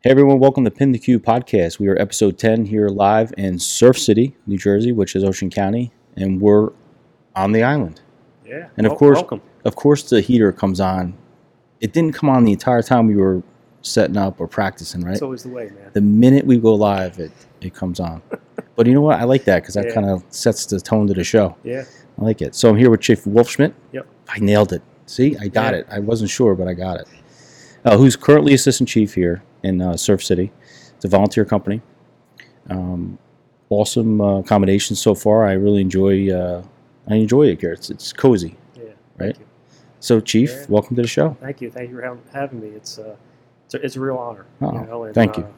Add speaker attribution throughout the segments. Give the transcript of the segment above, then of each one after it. Speaker 1: Hey everyone, welcome to Pin the Q podcast. We are episode 10 here live in Surf City, New Jersey, which is Ocean County, and we're on the island.
Speaker 2: Yeah.
Speaker 1: And of
Speaker 2: Wel-
Speaker 1: course-
Speaker 2: welcome.
Speaker 1: Of course, the heater comes on. It didn't come on the entire time we were setting up or practicing, right?
Speaker 2: It's always the way, man.
Speaker 1: the minute we go live, it, it comes on. but you know what? I like that because that
Speaker 2: Yeah.
Speaker 1: kind of sets the tone to the show.
Speaker 2: Yeah.
Speaker 1: I like it. So I'm here with Chief Wolfschmidt.
Speaker 2: Yep.
Speaker 1: I nailed it. See, I got
Speaker 2: Yeah.
Speaker 1: it. I wasn't sure, but I got it. Uh, who's currently assistant chief here in uh, Surf City? It's a volunteer company. Um, awesome uh, accommodations so far. I really enjoy. Uh, I enjoy it here. It's it's cozy.
Speaker 2: Yeah.
Speaker 1: Right?
Speaker 2: Thank you.
Speaker 1: So, chief,
Speaker 2: Yeah.
Speaker 1: welcome to the show.
Speaker 2: Thank you. Thank you for hav- having me. It's uh, it's a, it's a real honor.
Speaker 1: Oh,
Speaker 2: know, and,
Speaker 1: thank you.
Speaker 2: uh,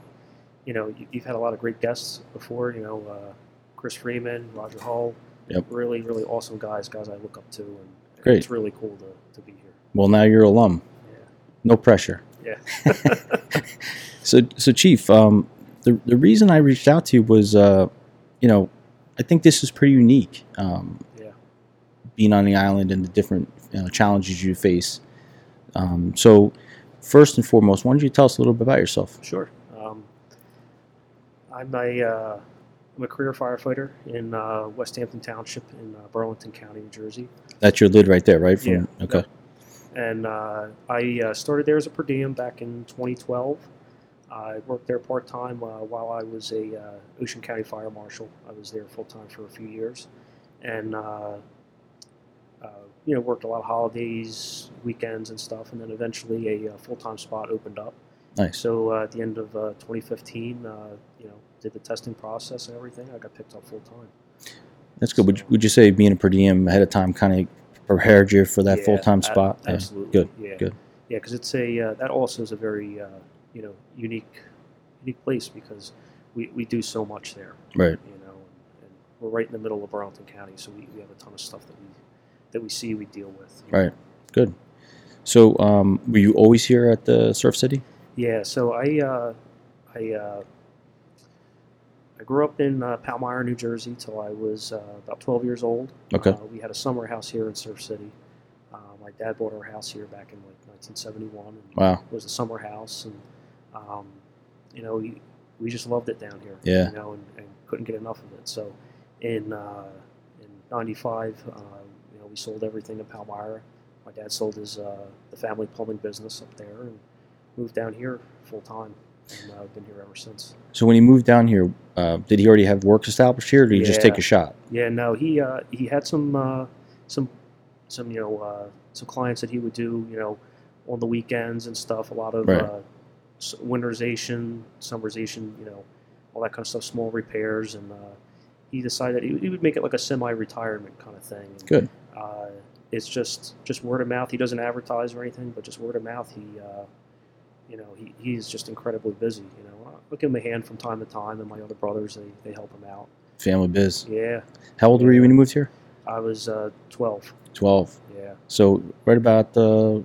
Speaker 2: you know, you, you've had a lot of great guests before. You know, uh, Chris Freeman, Roger Hull.
Speaker 1: Yep.
Speaker 2: Really, really awesome guys. Guys I look up to, and
Speaker 1: Great.
Speaker 2: it's really cool to, to be here.
Speaker 1: Well, now you're alum. No pressure.
Speaker 2: Yeah.
Speaker 1: So, so Chief, um, the the reason I reached out to you was, uh, you know, I think this is pretty unique. Um,
Speaker 2: Yeah.
Speaker 1: Being on the island and the different you know, challenges you face. Um, so, first and foremost, why don't you tell us a little bit about yourself?
Speaker 2: Sure. Um, I'm a uh, I'm a career firefighter in uh, West Hampton Township in uh, Burlington County, New Jersey.
Speaker 1: That's your lid right there, right?
Speaker 2: Yeah.
Speaker 1: Okay.
Speaker 2: and uh, I uh, started there as a per diem back in 2012. I worked there part time uh, while I was a uh, Ocean County Fire Marshal. I was there full time for a few years, and uh, uh, you know worked a lot of holidays, weekends, and stuff. And then eventually a uh, full time spot opened up.
Speaker 1: Nice.
Speaker 2: So uh, at the end of uh, 2015, uh, you know did the testing process and everything. I got picked up full time.
Speaker 1: That's good. Would you, would you say being a per diem ahead of time kind of prepared you for that
Speaker 2: Yeah,
Speaker 1: full time
Speaker 2: ab-
Speaker 1: spot? Yeah.
Speaker 2: Absolutely.
Speaker 1: Good,
Speaker 2: Yeah.
Speaker 1: good.
Speaker 2: Yeah, because it's a uh, that also is a very uh, you know unique unique place because we, we do so much there.
Speaker 1: Right.
Speaker 2: You know, and, and we're right in the middle of Burlington County, so we, we have a ton of stuff that we that we see, we deal with.
Speaker 1: Right. Good. So, um, were you always here at the Surf City?
Speaker 2: Yeah. So I uh, I uh, I grew up in uh, Palmyra, New Jersey, till I was uh, about 12 years old.
Speaker 1: Okay.
Speaker 2: Uh, we had a summer house here in Surf City. Uh, my dad bought our house here back in like 1971. And
Speaker 1: Wow.
Speaker 2: was the summer house, and um, you know, we, we just loved it down here.
Speaker 1: Yeah.
Speaker 2: You know, and, and couldn't get enough of it. So, in uh, in '95, uh, you know, we sold everything in Palmyra. My dad sold his uh, the family plumbing business up there and moved down here full time, and uh, I've been here ever since.
Speaker 1: So when he moved down here, uh, did he already have work established here, or did he just
Speaker 2: Yeah.
Speaker 1: take a shot?
Speaker 2: Yeah, no, he uh, he had some uh, some some you know uh, some clients that he would do you know on the weekends and stuff. A lot of
Speaker 1: Right.
Speaker 2: uh, s- winterization, summerization, you know, all that kind of stuff. Small repairs, and uh, he decided he, he would make it like a semi-retirement kind of thing.
Speaker 1: Good.
Speaker 2: Uh, it's just just word of mouth. He doesn't advertise or anything, but just word of mouth. He uh, you know he, he's just incredibly busy. You know, I give him a hand from time to time, and my other brothers they, they help him out.
Speaker 1: Family biz.
Speaker 2: Yeah.
Speaker 1: How old were you when you moved here?
Speaker 2: I was uh, 12.
Speaker 1: Twelve.
Speaker 2: Yeah.
Speaker 1: So right about the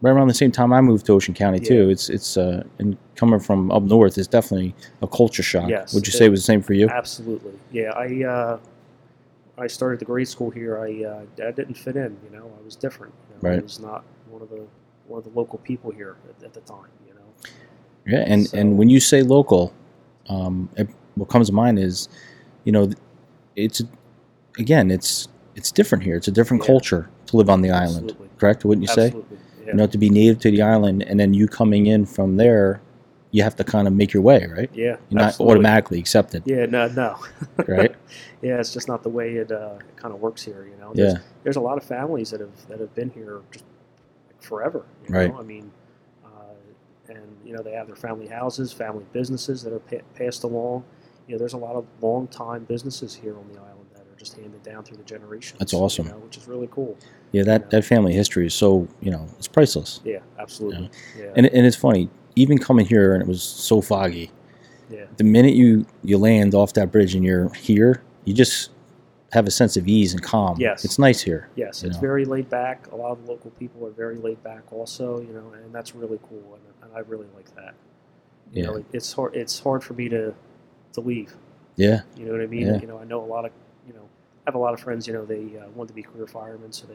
Speaker 1: right around the same time I moved to Ocean County too. It's it's uh, and coming from up north, it's definitely a culture shock.
Speaker 2: Yes,
Speaker 1: Would you
Speaker 2: it-
Speaker 1: say it was the same for you?
Speaker 2: Absolutely. Yeah. I uh, I started the grade school here. I uh, I didn't fit in. You know, I was different. You know? I
Speaker 1: Right.
Speaker 2: was not one of the one of the local people here at, at the time. You know.
Speaker 1: Yeah. And
Speaker 2: So-
Speaker 1: and when you say local, um, it, what comes to mind is, you know, it's again, it's it's different here. It's a different
Speaker 2: Yeah.
Speaker 1: culture to live on the island.
Speaker 2: Absolutely.
Speaker 1: Correct? Wouldn't you say?
Speaker 2: Absolutely. Yeah.
Speaker 1: you know, to be native to the island, and then you coming in from there, you have to kind of make your way, right?
Speaker 2: yeah.
Speaker 1: You're not
Speaker 2: absolutely.
Speaker 1: automatically accepted,
Speaker 2: Yeah. No. No.
Speaker 1: right?
Speaker 2: Yeah. It's just not the way it uh, kind of works here. You know. There's-
Speaker 1: yeah,
Speaker 2: there's a lot of families that have that have been here just like forever. You
Speaker 1: Right.
Speaker 2: Know? I mean, uh, and you know they have their family houses, family businesses that are pa- passed along. You know, there's a lot of long time businesses here on the island that are just handed down through the generations.
Speaker 1: That's awesome.
Speaker 2: You know, which is really cool.
Speaker 1: yeah. That that family history is so you know it's priceless,
Speaker 2: Yeah, absolutely. Yeah.
Speaker 1: and and it's funny. Even coming here, and it was so foggy.
Speaker 2: yeah.
Speaker 1: The minute you you land off that bridge and you're here, you just have a sense of ease and calm.
Speaker 2: Yes.
Speaker 1: it's nice here.
Speaker 2: Yes,
Speaker 1: you
Speaker 2: it's
Speaker 1: know.
Speaker 2: very laid back. A lot of the local people are very laid back, also. You know, and that's really cool, and, and I really like that. You
Speaker 1: Yeah,
Speaker 2: know, it, it's hard. It's hard for me to to leave.
Speaker 1: yeah,
Speaker 2: You know what I mean?
Speaker 1: Yeah.
Speaker 2: You know, I know a lot of, you know, I have a lot of friends, you know, they uh, want to be career firemen, so they,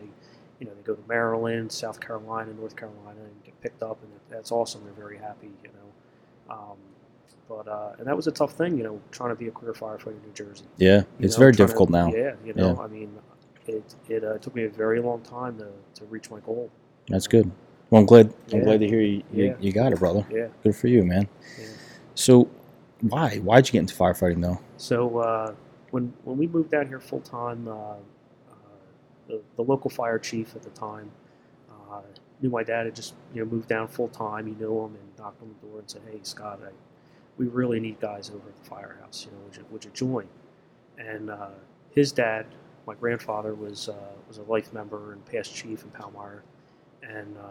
Speaker 2: you know, they go to Maryland, South Carolina, North Carolina, and get picked up, and that's awesome. They're very happy, you know. Um, but uh, and that was a tough thing, you know, trying to be a career firefighter in New Jersey.
Speaker 1: Yeah,
Speaker 2: you
Speaker 1: it's
Speaker 2: know,
Speaker 1: very
Speaker 2: trying to-
Speaker 1: difficult now.
Speaker 2: Yeah, you know, I mean, it it uh, took me a very long time to, to reach my goal. you
Speaker 1: That's
Speaker 2: know.
Speaker 1: good. Well, I'm glad. I'm
Speaker 2: Yeah.
Speaker 1: glad to hear you, you,
Speaker 2: Yeah.
Speaker 1: you got it, brother.
Speaker 2: Yeah.
Speaker 1: Good for you, man.
Speaker 2: Yeah.
Speaker 1: So, why why'd you get into firefighting though?
Speaker 2: So uh, when when we moved down here full time, uh, uh, the, the local fire chief at the time uh, knew my dad had just you know moved down full time. He knew him and knocked on the door and said, "Hey, Scott, I, we really need guys over at the firehouse. You know, would you, would you join?" And uh, his dad, my grandfather, was uh, was a life member and past chief in Palmyra, and. Uh,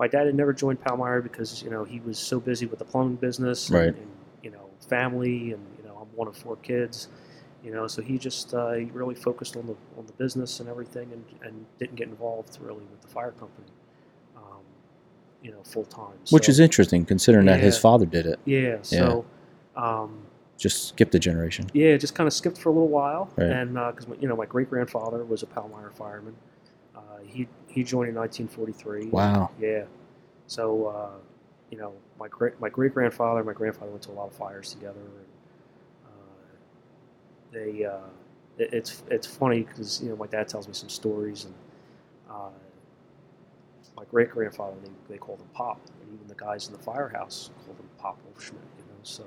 Speaker 2: my dad had never joined Palmyra because you know he was so busy with the plumbing business,
Speaker 1: Right.
Speaker 2: And, and you know family, and you know I'm one of four kids, you know so he just uh, he really focused on the on the business and everything and, and didn't get involved really with the fire company um, you know full time
Speaker 1: Which is interesting, considering that his
Speaker 2: Yeah.
Speaker 1: father did it.
Speaker 2: yeah so Um,
Speaker 1: Just skipped a generation.
Speaker 2: yeah just kind of skipped for a little while
Speaker 1: Right.
Speaker 2: and because my you know my great grandfather was a Palmyra fireman uh, he he joined in 1943
Speaker 1: Wow.
Speaker 2: yeah so uh, you know my great my great grandfather and my grandfather went to a lot of fires together and uh, they uh, it, it's it's funny because you know my dad tells me some stories and uh, my great grandfather they, they called him Pop and even the guys in the firehouse called him Pop Wolfschmidt you know so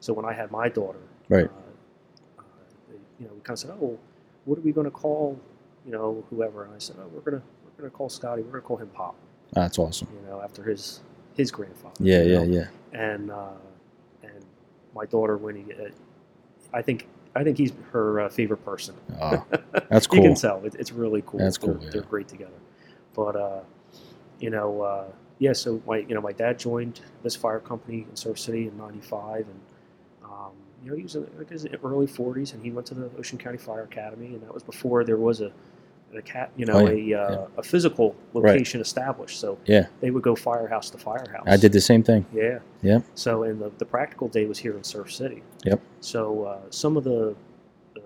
Speaker 2: so when I had my daughter
Speaker 1: Right.
Speaker 2: uh, uh, they, you know we kind of said oh well, what are we going to call you know whoever and I said oh we're gonna we're gonna call Scotty we're gonna call him Pop
Speaker 1: That's awesome.
Speaker 2: you know after his his grandfather
Speaker 1: Yeah,
Speaker 2: you
Speaker 1: yeah,
Speaker 2: know?
Speaker 1: yeah.
Speaker 2: and uh, and my daughter Winnie. Uh, I think I think he's her uh, favorite person.
Speaker 1: Oh, that's
Speaker 2: You
Speaker 1: cool.
Speaker 2: can tell it, it's really cool.
Speaker 1: That's
Speaker 2: They're-
Speaker 1: cool, yeah.
Speaker 2: They're great together. But uh, you know, uh, yeah. So my you know my dad joined this fire company in Surf City in '95, and um, you know he was in like his early 40s, and he went to the Ocean County Fire Academy, and that was before there was a a cat, you know,
Speaker 1: Oh,
Speaker 2: a uh,
Speaker 1: yeah.
Speaker 2: a physical
Speaker 1: Right.
Speaker 2: location established. So
Speaker 1: Yeah.
Speaker 2: they would go firehouse to firehouse.
Speaker 1: I did the same thing.
Speaker 2: Yeah.
Speaker 1: Yeah.
Speaker 2: So, and the, the practical day was here in Surf City.
Speaker 1: Yep.
Speaker 2: So, uh, some of the, the,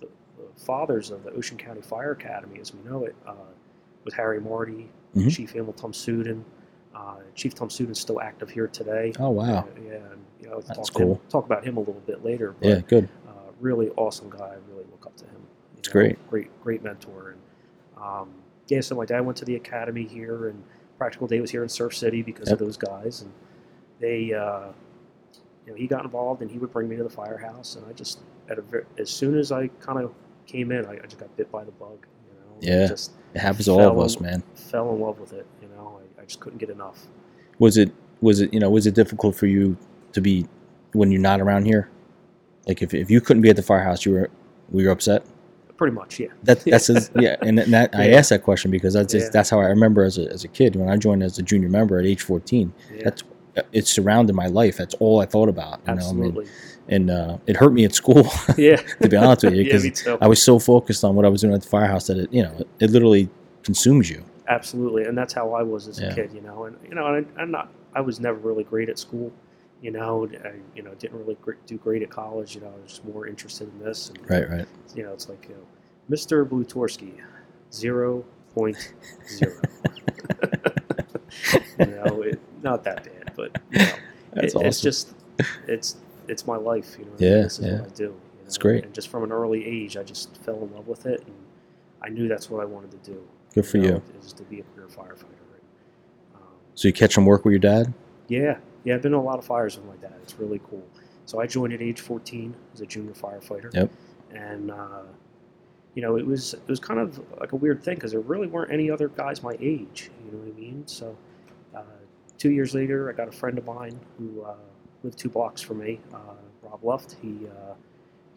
Speaker 2: the the fathers of the Ocean County Fire Academy, as we know it, uh, was Harry Marty,
Speaker 1: Mhm.
Speaker 2: Chief Emil Tom Sudan. Uh, Chief Tom Sudan's still active here today.
Speaker 1: Oh
Speaker 2: Uh,
Speaker 1: wow.
Speaker 2: yeah. And, you know,
Speaker 1: That's
Speaker 2: talk to him-
Speaker 1: cool.
Speaker 2: talk about him a little bit later. But,
Speaker 1: Yeah, good.
Speaker 2: uh, really awesome guy. I really look up to him. You
Speaker 1: It's great.
Speaker 2: Great, great mentor. And um, yeah, so my dad went to the academy here, and Practical Day was here in Surf City because
Speaker 1: Yep.
Speaker 2: of those guys. And they, uh, you know, he got involved, and he would bring me to the firehouse, and I just at a ver- as soon as I kind of came in, I, I just got bit by the bug. You know, and
Speaker 1: Yeah.
Speaker 2: just
Speaker 1: It happens to all of
Speaker 2: Fell-
Speaker 1: us, man.
Speaker 2: fell in love with it. You know, I, I just couldn't get enough.
Speaker 1: Was it was it you know was it difficult for you to be when you're not around here? Like if, if you couldn't be at the firehouse, you were we were upset.
Speaker 2: Pretty much, yeah.
Speaker 1: That that's yeah, and that I
Speaker 2: Yeah.
Speaker 1: asked that question because that's
Speaker 2: Yeah.
Speaker 1: that's how I remember as a, as a kid when I joined as a junior member at age 14.
Speaker 2: yeah
Speaker 1: That's it surrounded my life. That's all I thought about. You know,
Speaker 2: absolutely.
Speaker 1: I mean, and uh, it hurt me at school
Speaker 2: yeah.
Speaker 1: to be honest with you
Speaker 2: yeah,
Speaker 1: because
Speaker 2: me too.
Speaker 1: I was so focused on what I was doing at the firehouse that it you know it, it literally consumes you.
Speaker 2: absolutely and that's how i was as
Speaker 1: Yeah.
Speaker 2: a kid you know and you know and i'm not i was never really great at school you know i you know didn't really gr- do great at college you know i was just more interested in this and,
Speaker 1: Right, right.
Speaker 2: you know it's like you know mr blutorsky 0.0 you know it, not that bad but you know
Speaker 1: That's
Speaker 2: it-
Speaker 1: awesome.
Speaker 2: It's just it's it's my life, you know. what I
Speaker 1: Yeah,
Speaker 2: mean? this is
Speaker 1: yeah.
Speaker 2: what I do. You know?
Speaker 1: It's great.
Speaker 2: And just from an early age, I just fell in love with it, and I knew that's what I wanted to do.
Speaker 1: Good for you.
Speaker 2: Is to be a career firefighter. And, um,
Speaker 1: so you catch them work with your dad.
Speaker 2: yeah, yeah. I've been to a lot of fires with my dad. It's really cool. So I joined at age 14 as a junior firefighter.
Speaker 1: Yep.
Speaker 2: And uh, you know, it was it was kind of like a weird thing because there really weren't any other guys my age. You know what I mean? So uh, two years later, I got a friend of mine who uh, lived two blocks from me, uh, Rob Luft. He uh,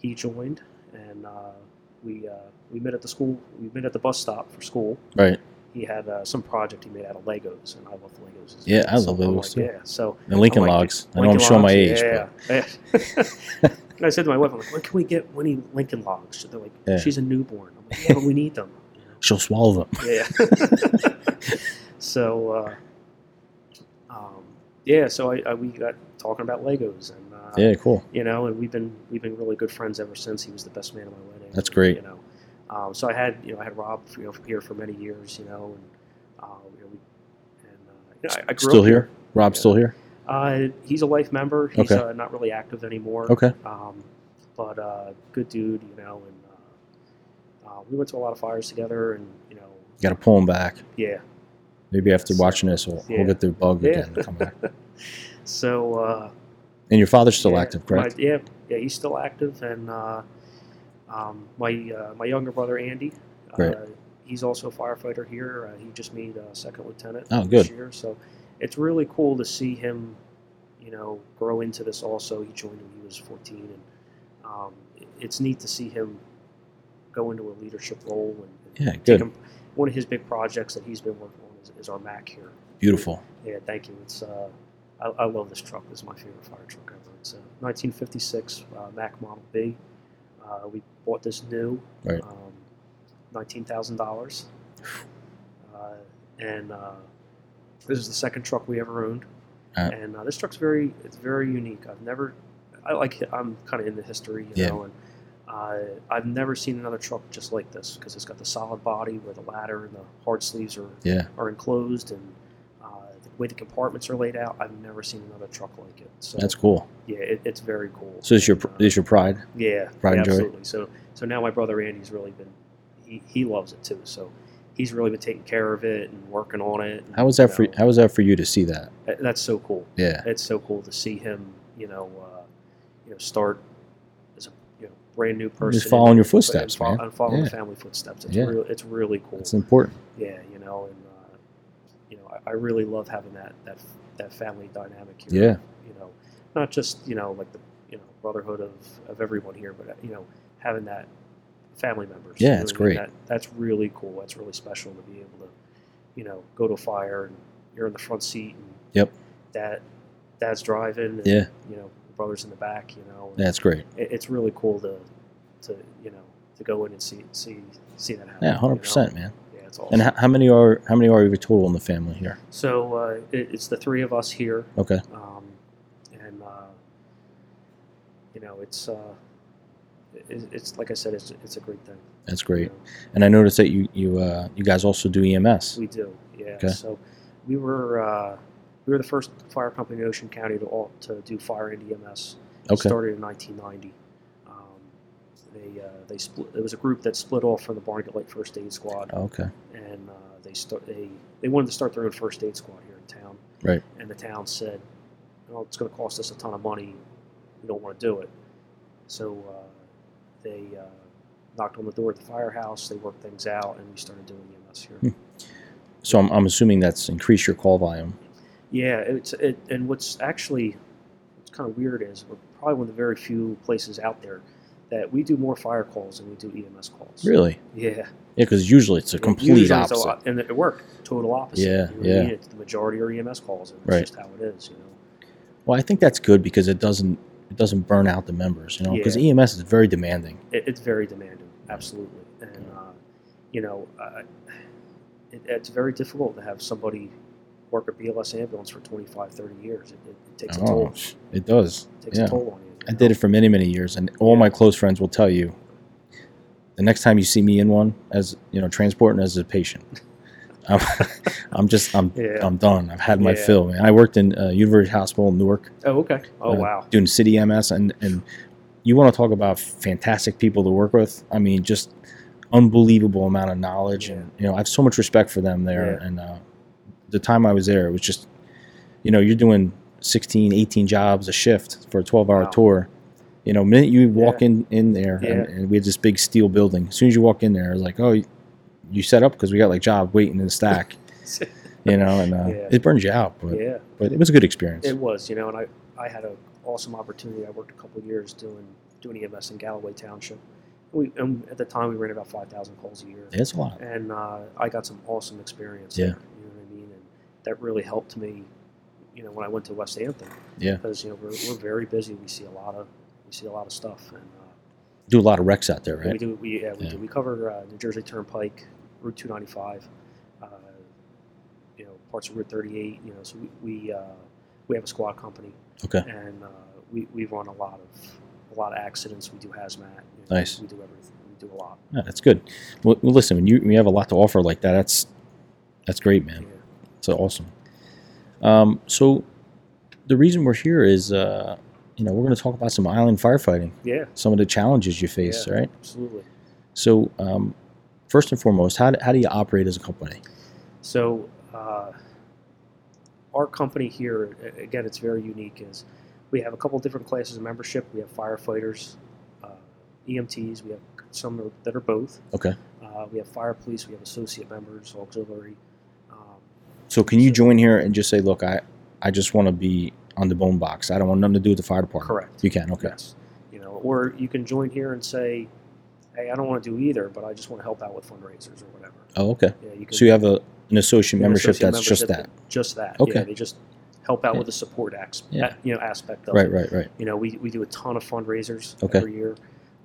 Speaker 2: he joined, and uh, we uh, we met at the school. We met at the bus stop for school
Speaker 1: Right.
Speaker 2: he had uh, some project he made out of Legos, and I love Legos. as
Speaker 1: Yeah,
Speaker 2: well.
Speaker 1: I love
Speaker 2: I'm
Speaker 1: Legos too.
Speaker 2: Like, yeah, so
Speaker 1: And Lincoln
Speaker 2: I'm like,
Speaker 1: Logs. I know I'm
Speaker 2: Oh Lincoln
Speaker 1: showing my age.
Speaker 2: Logs, Yeah, yeah. and I said to my wife, "I'm like, when can we get Winnie Lincoln Logs?" They're like,
Speaker 1: Yeah.
Speaker 2: "She's a newborn." I'm like, "Yeah, but we need them." you know?
Speaker 1: But she'll swallow them.
Speaker 2: yeah. so, uh, um, yeah, so I, I we got talking about Legos, and uh,
Speaker 1: Yeah, cool.
Speaker 2: you know, and we've been we've been really good friends ever since. He was the best man at my wedding.
Speaker 1: That's great.
Speaker 2: You know, um, so I had you know I had Rob you know here for many years. You know, and uh, you know, we, and uh, you know, I, I grew
Speaker 1: Still
Speaker 2: up
Speaker 1: here? Rob's
Speaker 2: Yeah.
Speaker 1: still here?
Speaker 2: Uh, he's a life member. He's
Speaker 1: Okay.
Speaker 2: uh, not really active anymore.
Speaker 1: Okay.
Speaker 2: Um, but uh, good dude, you know. And uh, uh, we went to a lot of fires together, and you know,
Speaker 1: Got to pull them back.
Speaker 2: yeah.
Speaker 1: Maybe after watching this, we'll,
Speaker 2: Yeah.
Speaker 1: we'll get the bug
Speaker 2: Yeah.
Speaker 1: again and come back.
Speaker 2: So uh,
Speaker 1: And your father's still
Speaker 2: yeah,
Speaker 1: active, correct?
Speaker 2: my- yeah, yeah, he's still active, and uh, um, my uh, my younger brother Andy,
Speaker 1: Great.
Speaker 2: uh, he's also a firefighter here. Uh, he just made uh, second lieutenant
Speaker 1: Oh,
Speaker 2: this
Speaker 1: good.
Speaker 2: year, so it's really cool to see him, you know, grow into this. Also, he joined when he was 14, and um, it- it's neat to see him go into a leadership role. And,
Speaker 1: Yeah,
Speaker 2: and
Speaker 1: good.
Speaker 2: him- one of his big projects that he's been working on is, is our Mac here.
Speaker 1: Beautiful.
Speaker 2: Yeah, thank you. It's uh, I, I love this truck. This is my favorite fire truck ever. It's a 1956 uh, Mack Model B. Uh, we bought this new,
Speaker 1: Right.
Speaker 2: um, nineteen thousand dollars, uh, and uh, this is the second truck we ever owned.
Speaker 1: Right.
Speaker 2: And uh, this truck's very it's very unique. I've never I like I'm kind of into history, you
Speaker 1: Yeah.
Speaker 2: know, and uh, I've never seen another truck just like this because it's got the solid body where the ladder and the hard sleeves are
Speaker 1: Yeah.
Speaker 2: are enclosed and uh, the way the compartments are laid out. I've never seen another truck like it. So
Speaker 1: That's cool.
Speaker 2: yeah, it, it's very cool.
Speaker 1: So is your
Speaker 2: Uh,
Speaker 1: is your pride?
Speaker 2: yeah,
Speaker 1: pride
Speaker 2: yeah
Speaker 1: and joy?
Speaker 2: absolutely. So so now my brother Andy's really been he, he loves it too. So he's really been taking care of it and working on it. and,
Speaker 1: How was that for
Speaker 2: you know,
Speaker 1: How was that for you to see that?
Speaker 2: that- that's so cool.
Speaker 1: Yeah.
Speaker 2: It's so cool to see him. You know, uh, you know, start as a you know brand new person.
Speaker 1: Just following your
Speaker 2: and-
Speaker 1: footsteps,
Speaker 2: and, fo-
Speaker 1: man.
Speaker 2: and following the
Speaker 1: Yeah.
Speaker 2: family footsteps. It's
Speaker 1: Yeah.
Speaker 2: real, it's really cool.
Speaker 1: It's important.
Speaker 2: yeah, you know, and uh, you know, I, I really love having that that that family dynamic here.
Speaker 1: Yeah.
Speaker 2: you know, not just you know like the you know brotherhood of of everyone here, but you know, having that family members.
Speaker 1: Yeah,
Speaker 2: you know
Speaker 1: it's
Speaker 2: what I mean?
Speaker 1: great.
Speaker 2: That, that's really cool. That's really special to be able to, you know, go to a fire and you're in the front seat and
Speaker 1: Yep.
Speaker 2: that dad's driving. And,
Speaker 1: Yeah.
Speaker 2: you know, the brother's in the back. You know, and
Speaker 1: That's great.
Speaker 2: it, it's really cool to to you know to go in and see see see that happen.
Speaker 1: Yeah,
Speaker 2: you know?
Speaker 1: hundred percent, man.
Speaker 2: Yeah, it's
Speaker 1: And
Speaker 2: awesome.
Speaker 1: how, how many are how many are you total in the family here?
Speaker 2: So uh, it, it's the three of us here,
Speaker 1: Okay.
Speaker 2: um, and uh, you know it's uh, it, it's like I said, it's it's a great thing.
Speaker 1: That's
Speaker 2: you
Speaker 1: great.
Speaker 2: know.
Speaker 1: And I noticed that you you uh, you guys also do EMS.
Speaker 2: we do, yeah.
Speaker 1: Okay.
Speaker 2: So we were uh, we were the first fire company in Ocean County to all, to do fire and EMS.
Speaker 1: Okay.
Speaker 2: Started in 1990. Um, they uh, they split. It was a group that split off from the Barnegat Lake First Aid Squad.
Speaker 1: Okay.
Speaker 2: and uh, they start they they wanted to start their own first aid squad here in town.
Speaker 1: Right.
Speaker 2: And the town said, "Well, it's going to cost us a ton of money. We don't want to do it." So uh, they uh, knocked on the door at the firehouse. They worked things out, and we started doing EMS here.
Speaker 1: Hmm. So I'm, I'm assuming that's increased your call volume.
Speaker 2: Yeah, it's it, and what's actually what's kind of weird is we're probably one of the very few places out there that we do more fire calls than we do EMS calls.
Speaker 1: Really?
Speaker 2: Yeah.
Speaker 1: Yeah, because usually it's a
Speaker 2: Yeah,
Speaker 1: complete
Speaker 2: usually it's a
Speaker 1: opposite.
Speaker 2: lot- and it worked total opposite.
Speaker 1: Yeah,
Speaker 2: You know what I
Speaker 1: yeah.
Speaker 2: mean? It's the majority are EMS calls, and it's
Speaker 1: Right.
Speaker 2: just how it is. You know.
Speaker 1: Well, I think that's good because it doesn't it doesn't burn out the members, you know, because EMS is very demanding.
Speaker 2: It, it's very demanding, absolutely, and uh, you know, uh, it, it's very difficult to have somebody work a BLS ambulance for 25, 30 years. It, it, it takes a toll.
Speaker 1: Oh, it does.
Speaker 2: It takes
Speaker 1: yeah.
Speaker 2: a toll on you. you
Speaker 1: I did
Speaker 2: know?
Speaker 1: it for many, many years, and all my close friends will tell you. The next time you see me in one, as you know, transporting as a patient, I'm, I'm just I'm
Speaker 2: Yeah.
Speaker 1: I'm done. I've had my
Speaker 2: Yeah.
Speaker 1: fill. Man. I worked in uh, University Hospital in Newark
Speaker 2: Oh, okay. Oh,
Speaker 1: Uh,
Speaker 2: wow.
Speaker 1: doing city MS, and and you want to talk about fantastic people to work with. I mean, just unbelievable amount of knowledge, and you know, I have so much respect for them there.
Speaker 2: Yeah.
Speaker 1: And uh, the time I was there, it was just, you know, you're doing 16, 18 jobs a shift for a 12 hour
Speaker 2: Wow.
Speaker 1: tour. You know, minute you walk in in there,
Speaker 2: Yeah.
Speaker 1: and, and we had this big steel building. As soon as you walk in there, it's like, oh, you, you set up because we got like job waiting in the stack. you know, and uh,
Speaker 2: Yeah.
Speaker 1: it burns you out, but
Speaker 2: Yeah,
Speaker 1: but it was a good experience.
Speaker 2: it was. You know, and I I had an awesome opportunity. I worked a couple years doing doing EMS in Galloway Township. We, and at the time, we ran about 5,000 calls a year.
Speaker 1: it's a lot.
Speaker 2: and uh, I got some awesome experience.
Speaker 1: Yeah.
Speaker 2: there, you know what I mean, and that really helped me. You know, when I went to West Hampton,
Speaker 1: Yeah.
Speaker 2: because you know we're, we're very busy. We see a lot of we see a lot of stuff, and uh,
Speaker 1: Do a lot of wrecks out there,
Speaker 2: we
Speaker 1: right?
Speaker 2: do we yeah, we
Speaker 1: Yeah.
Speaker 2: do we cover uh, New Jersey Turnpike, Route 295, uh, you know parts of Route 38. You know, so we we, uh, we have a squad company,
Speaker 1: Okay.
Speaker 2: and uh, we we run a lot of a lot of accidents. We do hazmat. you know,
Speaker 1: Nice.
Speaker 2: We do everything. We do a lot.
Speaker 1: Yeah, that's good. Well, well, listen, when you, when you have a lot to offer like that, that's that's great, man.
Speaker 2: yeah.
Speaker 1: It's awesome. Um, so, the reason we're here is, uh, you know, we're going to talk about some island firefighting,
Speaker 2: Yeah,
Speaker 1: some of the challenges you face,
Speaker 2: Yeah.
Speaker 1: right?
Speaker 2: absolutely.
Speaker 1: So, um, first and foremost, how do, how do you operate as a company?
Speaker 2: So, uh, our company here, a- again, it's very unique. Is we have a couple different classes of membership. We have firefighters, uh, EMTs. We have some are- that are both.
Speaker 1: Okay.
Speaker 2: Uh, we have fire police. We have associate members, auxiliary. Um,
Speaker 1: So, can you join here and just say, look, I, I just want to be on the bone box. I don't want nothing to do with the fire department.
Speaker 2: correct.
Speaker 1: You can, okay.
Speaker 2: Yes. You know, or you can join here and say, "Hey, I don't want to do either, but I just want to help out with fundraisers or whatever."
Speaker 1: Oh, okay.
Speaker 2: Yeah, you can.
Speaker 1: So you have a, an associate
Speaker 2: an
Speaker 1: membership
Speaker 2: associate
Speaker 1: that's just that.
Speaker 2: membership Just that.
Speaker 1: Okay.
Speaker 2: Yeah, they just help out
Speaker 1: Yeah.
Speaker 2: with the support aspect.
Speaker 1: Yeah.
Speaker 2: You know, aspect of it.
Speaker 1: Right, right, right.
Speaker 2: You know, we, we do a ton of fundraisers
Speaker 1: Okay.
Speaker 2: every year.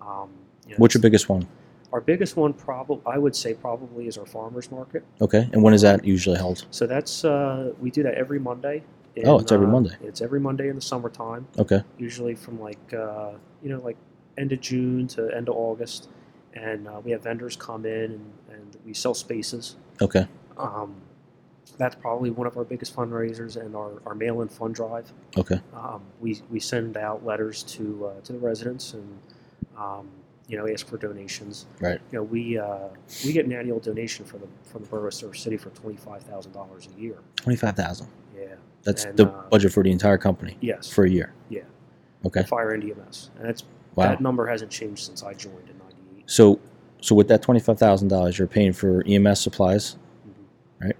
Speaker 2: Um, you know,
Speaker 1: What's your biggest one?
Speaker 2: Our biggest one, probably I would say, probably is our farmers market.
Speaker 1: Okay. And when is that usually held?
Speaker 2: So that's uh, we do that every Monday. in,
Speaker 1: Oh, it's every
Speaker 2: uh,
Speaker 1: Monday.
Speaker 2: It's every Monday in the summertime,
Speaker 1: Okay.
Speaker 2: usually from like uh, you know like end of June to end of August, and uh, we have vendors come in and, and we sell spaces.
Speaker 1: Okay.
Speaker 2: Um, that's probably one of our biggest fundraisers and our, our mail-in fund drive.
Speaker 1: Okay.
Speaker 2: um, we, we send out letters to uh, to the residents and um, you know ask for donations.
Speaker 1: Right.
Speaker 2: You know we uh, we get an annual donation from the from the borough of Surf City for twenty five thousand dollars a year.
Speaker 1: 25000
Speaker 2: Yeah.
Speaker 1: That's
Speaker 2: And,
Speaker 1: the
Speaker 2: uh,
Speaker 1: budget for the entire company
Speaker 2: Yes.
Speaker 1: for a year.
Speaker 2: Yeah.
Speaker 1: Okay.
Speaker 2: Fire and EMS, and that's
Speaker 1: Wow.
Speaker 2: that number hasn't changed since I joined in ninety eight.
Speaker 1: So, so with that twenty five thousand dollars, you're paying for EMS supplies,
Speaker 2: Mm-hmm.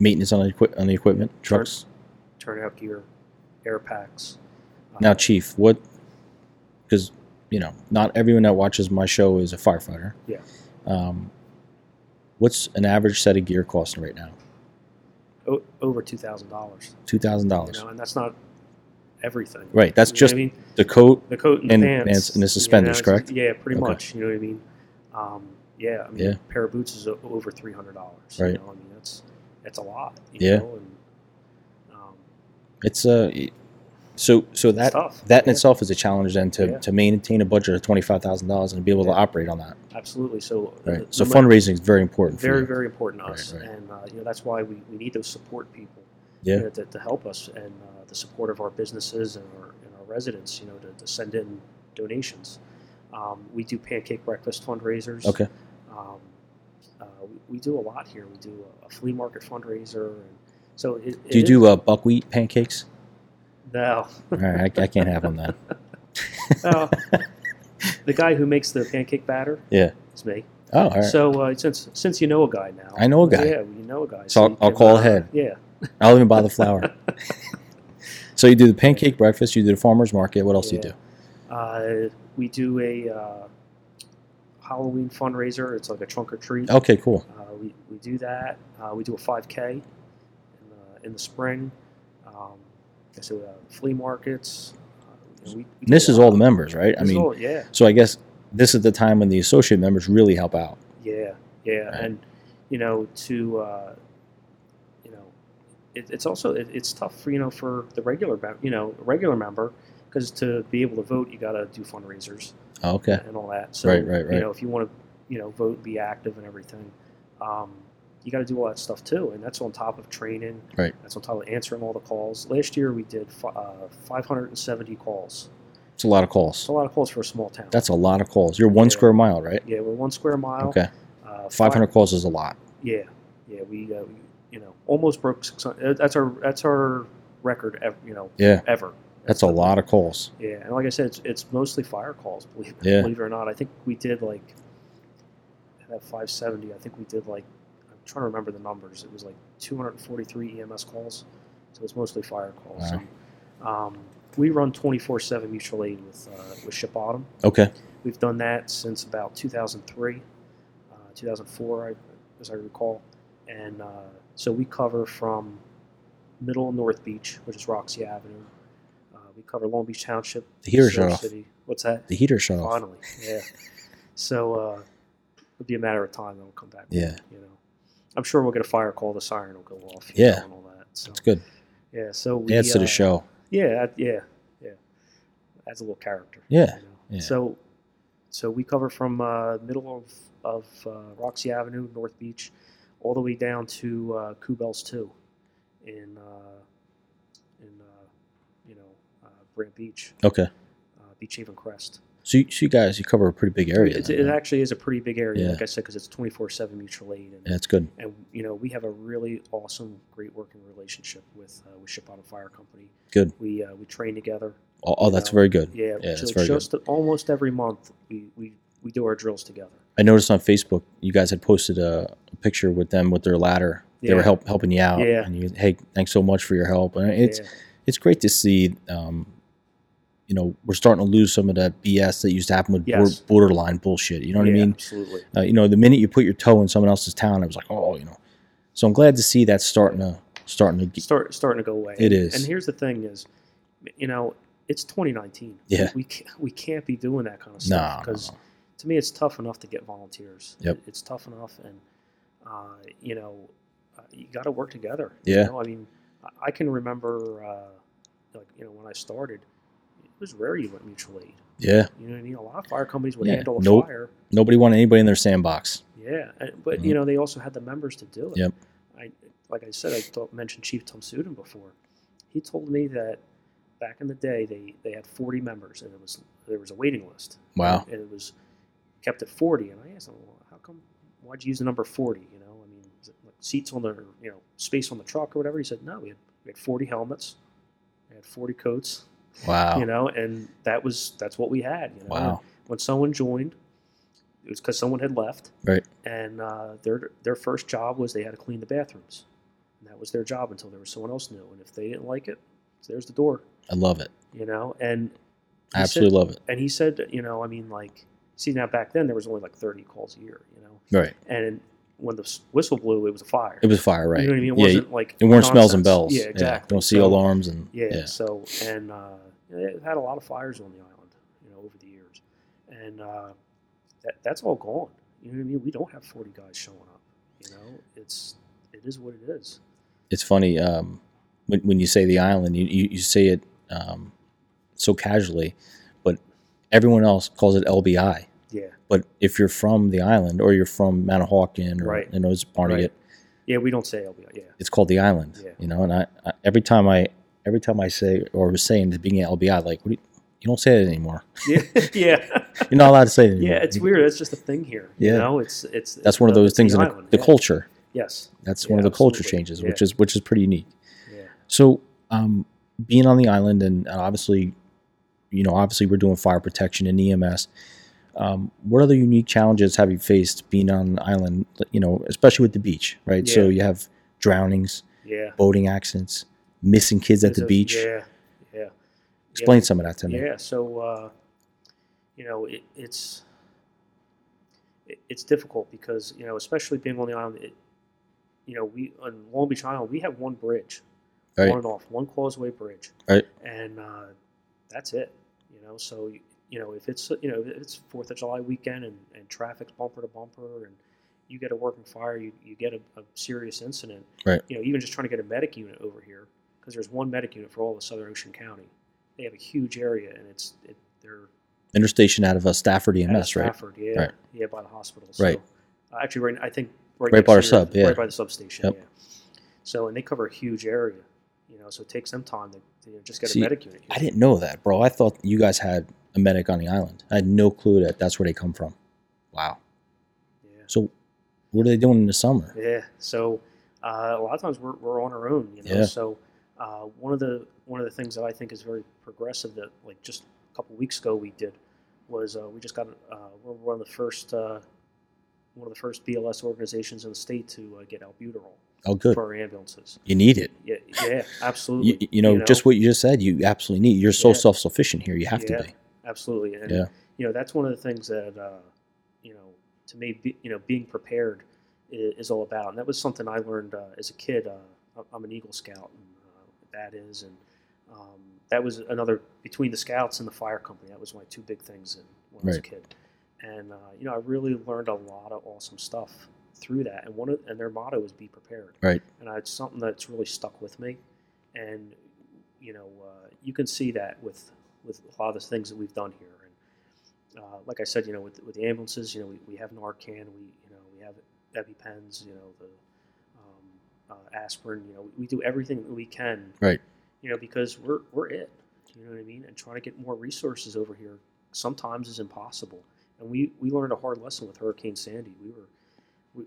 Speaker 1: maintenance on the, equi- on the equipment, trucks.
Speaker 2: Turnout gear, air packs. uh,
Speaker 1: Now, Chief, what? Because you know, not everyone that watches my show is a firefighter.
Speaker 2: Yeah.
Speaker 1: Um, what's an average set of gear costing right now?
Speaker 2: o- over two thousand dollars.
Speaker 1: Two thousand
Speaker 2: You
Speaker 1: dollars.
Speaker 2: know, and that's not everything.
Speaker 1: Right. That's
Speaker 2: You know what
Speaker 1: just
Speaker 2: I mean?
Speaker 1: the coat.
Speaker 2: the coat and, the
Speaker 1: And
Speaker 2: pants,
Speaker 1: pants and the
Speaker 2: you know,
Speaker 1: suspenders,
Speaker 2: it's-
Speaker 1: correct?
Speaker 2: Yeah, pretty
Speaker 1: Okay.
Speaker 2: much. You know what I mean? Um, yeah, I mean,
Speaker 1: Yeah.
Speaker 2: a pair of boots is o- over three hundred dollars.
Speaker 1: Right.
Speaker 2: You know, I mean, that's that's a lot. You
Speaker 1: Yeah.
Speaker 2: Know? And, um,
Speaker 1: It's uh, it- so so
Speaker 2: it's
Speaker 1: that
Speaker 2: tough.
Speaker 1: that in
Speaker 2: Yeah,
Speaker 1: itself is a challenge then to,
Speaker 2: Yeah.
Speaker 1: to maintain a budget of twenty five thousand dollars and be able
Speaker 2: Yeah.
Speaker 1: to operate on that.
Speaker 2: absolutely. So uh,
Speaker 1: Right.
Speaker 2: the-
Speaker 1: So
Speaker 2: the money-
Speaker 1: fundraising is very important. for
Speaker 2: very
Speaker 1: you.
Speaker 2: very important to
Speaker 1: Right,
Speaker 2: us,
Speaker 1: right.
Speaker 2: and uh, you know that's why we, we need those support people.
Speaker 1: Yeah.
Speaker 2: You know, to, to help us and uh, the support of our businesses and our and our residents. You know, to, to send in donations. Um, we do pancake breakfast fundraisers.
Speaker 1: Okay.
Speaker 2: Um, uh, we, we do a lot here. We do a, a flea market fundraiser, and so it, it
Speaker 1: Do you
Speaker 2: is-
Speaker 1: do uh, buckwheat pancakes?
Speaker 2: no.
Speaker 1: All right, I, I can't have them then.
Speaker 2: no. the guy who makes the pancake batter.
Speaker 1: Yeah.
Speaker 2: It's me.
Speaker 1: Oh, all right.
Speaker 2: So uh, since since you know a guy now,
Speaker 1: I know a guy.
Speaker 2: Yeah, well, you know a guy.
Speaker 1: So I'll-
Speaker 2: you
Speaker 1: I'll
Speaker 2: can,
Speaker 1: call
Speaker 2: uh,
Speaker 1: ahead.
Speaker 2: Yeah.
Speaker 1: I'll even buy the flour. so you do the pancake breakfast, you do the farmer's market. What else do you
Speaker 2: Yeah. Uh, we do a uh, Halloween fundraiser. It's like a trunk or treat.
Speaker 1: do? Okay, cool.
Speaker 2: Uh, we, we do that. Uh, we do a 5K in the, in the spring. Um, I said uh, flea markets. Uh, you know, we- we
Speaker 1: And this
Speaker 2: do a
Speaker 1: is all
Speaker 2: lot.
Speaker 1: the members, right? I
Speaker 2: This is
Speaker 1: mean,
Speaker 2: all- yeah,
Speaker 1: so I guess this is the time when the associate members really help out.
Speaker 2: yeah, yeah,
Speaker 1: Right.
Speaker 2: and you know to uh, you know it, it's also it, it's tough for you know for the regular mem- you know regular member because to be able to vote you got to do fundraisers.
Speaker 1: Oh, okay.
Speaker 2: and all that. So,
Speaker 1: Right, right,
Speaker 2: you
Speaker 1: right.
Speaker 2: know, if you want to, you know, vote and be active and everything, um, you got to do all that stuff too. And that's on top of training.
Speaker 1: Right.
Speaker 2: That's on top of answering all the calls. Last year we did fi- uh, 570 calls.
Speaker 1: It's a lot of
Speaker 2: It's
Speaker 1: calls.
Speaker 2: a lot of calls for a small town.
Speaker 1: That's a lot of calls. You're one
Speaker 2: Oh. Yeah.
Speaker 1: square mile, right?
Speaker 2: yeah, we're one square mile.
Speaker 1: Okay.
Speaker 2: Uh,
Speaker 1: 500
Speaker 2: fi-
Speaker 1: calls is a lot.
Speaker 2: yeah, yeah. We, uh, we, you know, almost broke 600. uh, That's our that's our record. Ever, you know,
Speaker 1: Yeah,
Speaker 2: ever.
Speaker 1: that's a lot of calls.
Speaker 2: Yeah, and like I said, it's, it's mostly fire calls. Believe,
Speaker 1: Yeah.
Speaker 2: believe it or not, I think we did like at 570. I think we did like I'm trying to remember the numbers. It was like 243 EMS E calls, so it's mostly fire calls.
Speaker 1: Wow.
Speaker 2: And, um, we run 24/7 mutual aid with uh, with Ship Bottom.
Speaker 1: Okay.
Speaker 2: We've done that since about 2003, uh, 2004, I, as I recall, and uh, so we cover from middle North Beach, which is Roxy Avenue. Uh, we cover Long Beach Township,
Speaker 1: The heater
Speaker 2: Silver
Speaker 1: shut off.
Speaker 2: City. What's that?
Speaker 1: The heater shut off.
Speaker 2: Finally, yeah. so uh, it'll be a matter of time. It'll come back.
Speaker 1: Yeah.
Speaker 2: You know, I'm sure we'll get a fire call. The siren will go off. you
Speaker 1: Yeah.
Speaker 2: know, and all that. So
Speaker 1: It's good.
Speaker 2: yeah. So we,
Speaker 1: Adds to
Speaker 2: uh,
Speaker 1: the show.
Speaker 2: Yeah. I- Yeah. Yeah. Adds a little character.
Speaker 1: Yeah,
Speaker 2: you know.
Speaker 1: yeah.
Speaker 2: So, so we cover from uh, middle of of uh, Roxy Avenue, North Beach, all the way down to uh, Kubel's Two, in uh, in uh, you know, uh, Brant Beach,
Speaker 1: Okay.
Speaker 2: uh, Beach Haven Crest.
Speaker 1: So you, so you guys, you cover a pretty big area.
Speaker 2: It,
Speaker 1: then,
Speaker 2: it
Speaker 1: right?
Speaker 2: actually is a pretty big area,
Speaker 1: Yeah.
Speaker 2: like I said, because it's 24 7 mutual aid. And,
Speaker 1: yeah, that's good.
Speaker 2: and, you know, we have a really awesome, great working relationship with, uh, with Ship on Fire Company.
Speaker 1: Good.
Speaker 2: We, uh, we train together.
Speaker 1: Oh, oh, that's
Speaker 2: Yeah.
Speaker 1: very good.
Speaker 2: Yeah,
Speaker 1: Yeah,
Speaker 2: so
Speaker 1: that's very good.
Speaker 2: just almost every month we, we, we do our drills together.
Speaker 1: I noticed on Facebook you guys had posted a, a picture with them with their ladder. They were
Speaker 2: Yeah.
Speaker 1: help, helping you out.
Speaker 2: Yeah.
Speaker 1: And you, hey, thanks so much for your help. And it's
Speaker 2: Yeah.
Speaker 1: it's great to see. Um, you know, we're starting to lose some of that BS that used to happen with
Speaker 2: Yes.
Speaker 1: bor- borderline bullshit. You know what
Speaker 2: Yeah,
Speaker 1: I mean?
Speaker 2: Absolutely.
Speaker 1: Uh, you know, the minute you put your toe in someone else's town, it was like, oh, you know. So I'm glad to see that's starting to starting to get.
Speaker 2: Start starting to go away.
Speaker 1: It is.
Speaker 2: And here's the thing: is you know it's 2019.
Speaker 1: Yeah.
Speaker 2: We can't, we can't be doing that kind of
Speaker 1: No,
Speaker 2: stuff
Speaker 1: no,
Speaker 2: because to me it's tough enough to get volunteers.
Speaker 1: Yep.
Speaker 2: It's tough enough, and uh, you know uh, you got to work together.
Speaker 1: Yeah.
Speaker 2: You know? I mean, I- I can remember uh, like you know when I started, it was rare you went mutual aid.
Speaker 1: yeah.
Speaker 2: You know what I mean? A lot of fire companies would
Speaker 1: Yeah.
Speaker 2: handle a
Speaker 1: Nope.
Speaker 2: fire.
Speaker 1: Nobody wanted anybody in their sandbox.
Speaker 2: Yeah, and- but you know they also had the members to do it.
Speaker 1: Mm-hmm. Yep.
Speaker 2: I like I said, I thought, mentioned Chief Tom Sudan before. He told me that back in the day they they had 40 members and it was there was a waiting list.
Speaker 1: Wow.
Speaker 2: And it was kept at 40. And I asked him, well, how come? Why'd you use the number 40? You know, I mean, is it like seats on the or, you know space on the truck or whatever? He said, no, we had we had 40 helmets, we had 40 coats,
Speaker 1: Wow.
Speaker 2: you know, and that was that's what we had. You know?
Speaker 1: wow.
Speaker 2: when someone joined, it was because someone had left.
Speaker 1: Right.
Speaker 2: And uh, their their first job was they had to clean the bathrooms, and that was their job until there was someone else new. And if they didn't like it, there's the door,
Speaker 1: I love it.
Speaker 2: you know. And
Speaker 1: I
Speaker 2: He
Speaker 1: absolutely
Speaker 2: said-
Speaker 1: love it.
Speaker 2: and he said, you know, I mean, like, see now back then there was only like 30 calls a year, you know.
Speaker 1: Right.
Speaker 2: And when the s- whistle blew, it was a fire.
Speaker 1: It was fire, right?
Speaker 2: You know what I mean? It
Speaker 1: yeah.
Speaker 2: wasn't like
Speaker 1: It weren't smells and
Speaker 2: nonsense.
Speaker 1: bells.
Speaker 2: Yeah, exactly.
Speaker 1: Don't see
Speaker 2: So-
Speaker 1: alarms and
Speaker 2: Yeah.
Speaker 1: yeah.
Speaker 2: So and uh, it had a lot of fires on the island, you know, over the years, and uh, that, that's all gone. You know what I mean? We don't have forty guys showing up. You know, it's it is what it is.
Speaker 1: It's funny um, when when you say the island, you you, you say it um, so casually, but everyone else calls it LBI.
Speaker 2: Yeah.
Speaker 1: But if you're from the island or you're from Manahawkin or
Speaker 2: Right.
Speaker 1: you know it's Barnegat,
Speaker 2: Right. Yeah, we don't say LBI. Yeah.
Speaker 1: it's called the island.
Speaker 2: Yeah.
Speaker 1: You know, and I, I every time I every time I say or was saying the being at LBI, like what do you, you don't say it anymore.
Speaker 2: Yeah. yeah.
Speaker 1: You're not allowed to say it anymore.
Speaker 2: Yeah. It's
Speaker 1: You-
Speaker 2: weird. It's just a thing here. You
Speaker 1: Yeah.
Speaker 2: know, it's it's
Speaker 1: That's one of
Speaker 2: the-
Speaker 1: those
Speaker 2: it's the
Speaker 1: things in the,
Speaker 2: island,
Speaker 1: the
Speaker 2: yeah.
Speaker 1: culture.
Speaker 2: Yes.
Speaker 1: That's
Speaker 2: Yeah,
Speaker 1: one of the culture
Speaker 2: absolutely.
Speaker 1: changes,
Speaker 2: Yeah.
Speaker 1: which is which is pretty unique.
Speaker 2: Yeah.
Speaker 1: So, um, being on the island and uh, obviously, you know, obviously we're doing fire protection and EMS. Um, what other unique challenges have you faced being on the island? You know, especially with the beach, right? So
Speaker 2: Yeah.
Speaker 1: you have drownings,
Speaker 2: Yeah.
Speaker 1: boating accidents, missing kids at
Speaker 2: There's
Speaker 1: the
Speaker 2: a-
Speaker 1: beach.
Speaker 2: Yeah. Yeah.
Speaker 1: Explain some of that to me.
Speaker 2: Yeah, so uh, you know it, it's it, it's difficult because you know, especially being on the island, it, you know, we on Long Beach Island we have one bridge,
Speaker 1: Right.
Speaker 2: on and off, one causeway bridge,
Speaker 1: Right.
Speaker 2: and uh, that's it. You know, so you know if it's uh, you know if it's Fourth of July weekend and, and traffic's bumper to bumper and you get a working fire, you, you get a, a serious incident.
Speaker 1: Right.
Speaker 2: You know, even just trying to get a medic unit over here because there's one medic unit for all of Southern Ocean County. They have a huge area, and it's it, they're
Speaker 1: Interstation out of uh, Stafford EMS,
Speaker 2: at
Speaker 1: right?
Speaker 2: Stafford, yeah,
Speaker 1: Right.
Speaker 2: yeah, by the hospital.
Speaker 1: Right.
Speaker 2: So, uh, actually, right, I think right,
Speaker 1: Right
Speaker 2: next
Speaker 1: by our
Speaker 2: to
Speaker 1: sub, yeah.
Speaker 2: right by the substation.
Speaker 1: Yep.
Speaker 2: Yeah. So, and they cover a huge area, you know. So it takes them time to you know, just get
Speaker 1: See,
Speaker 2: a medic unit. here.
Speaker 1: I didn't know that, bro. I thought you guys had a medic on the island. I had no clue that that's where they come from. Wow.
Speaker 2: Yeah.
Speaker 1: So, what are they doing in the summer?
Speaker 2: Yeah. So uh, a lot of times we're, we're on our own, you know.
Speaker 1: Yeah.
Speaker 2: So uh, one of the one of the things that I think is very progressive that like just a couple weeks ago we did was uh, we just got uh, we're one of the first uh, one of the first BLS organizations in the state to uh, get albuterol
Speaker 1: Oh, good.
Speaker 2: for our ambulances.
Speaker 1: You need it.
Speaker 2: Yeah. Yeah. Absolutely.
Speaker 1: You, you, know, just what you just said, you absolutely need. You're so
Speaker 2: Yeah.
Speaker 1: self sufficient here. You have
Speaker 2: Yeah.
Speaker 1: to be.
Speaker 2: absolutely. And
Speaker 1: Yeah.
Speaker 2: you know that's one of the things that uh, you know to me be, you know being prepared is, is all about, and that was something I learned uh, as a kid. Uh, I- I'm an Eagle Scout, and uh, what that is, and um, that was another between the Scouts and the fire company. That was my two big things in, when I was a
Speaker 1: Right.
Speaker 2: kid, and uh, you know I really learned a lot of awesome stuff through that. And one of, and their motto is be prepared.
Speaker 1: Right.
Speaker 2: And I, it's something that's really stuck with me, and you know uh, you can see that with with a lot of the things that we've done here. And uh, like I said, you know, with, with the ambulances, you know, we, we have Narcan, we you know, we have EpiPens, you know, the um, uh, aspirin. You know, we do everything that we can,
Speaker 1: Right.
Speaker 2: you know, because we're we're it. You know what I mean? And trying to get more resources over here sometimes is impossible. And we we learned a hard lesson with Hurricane Sandy. We were, we,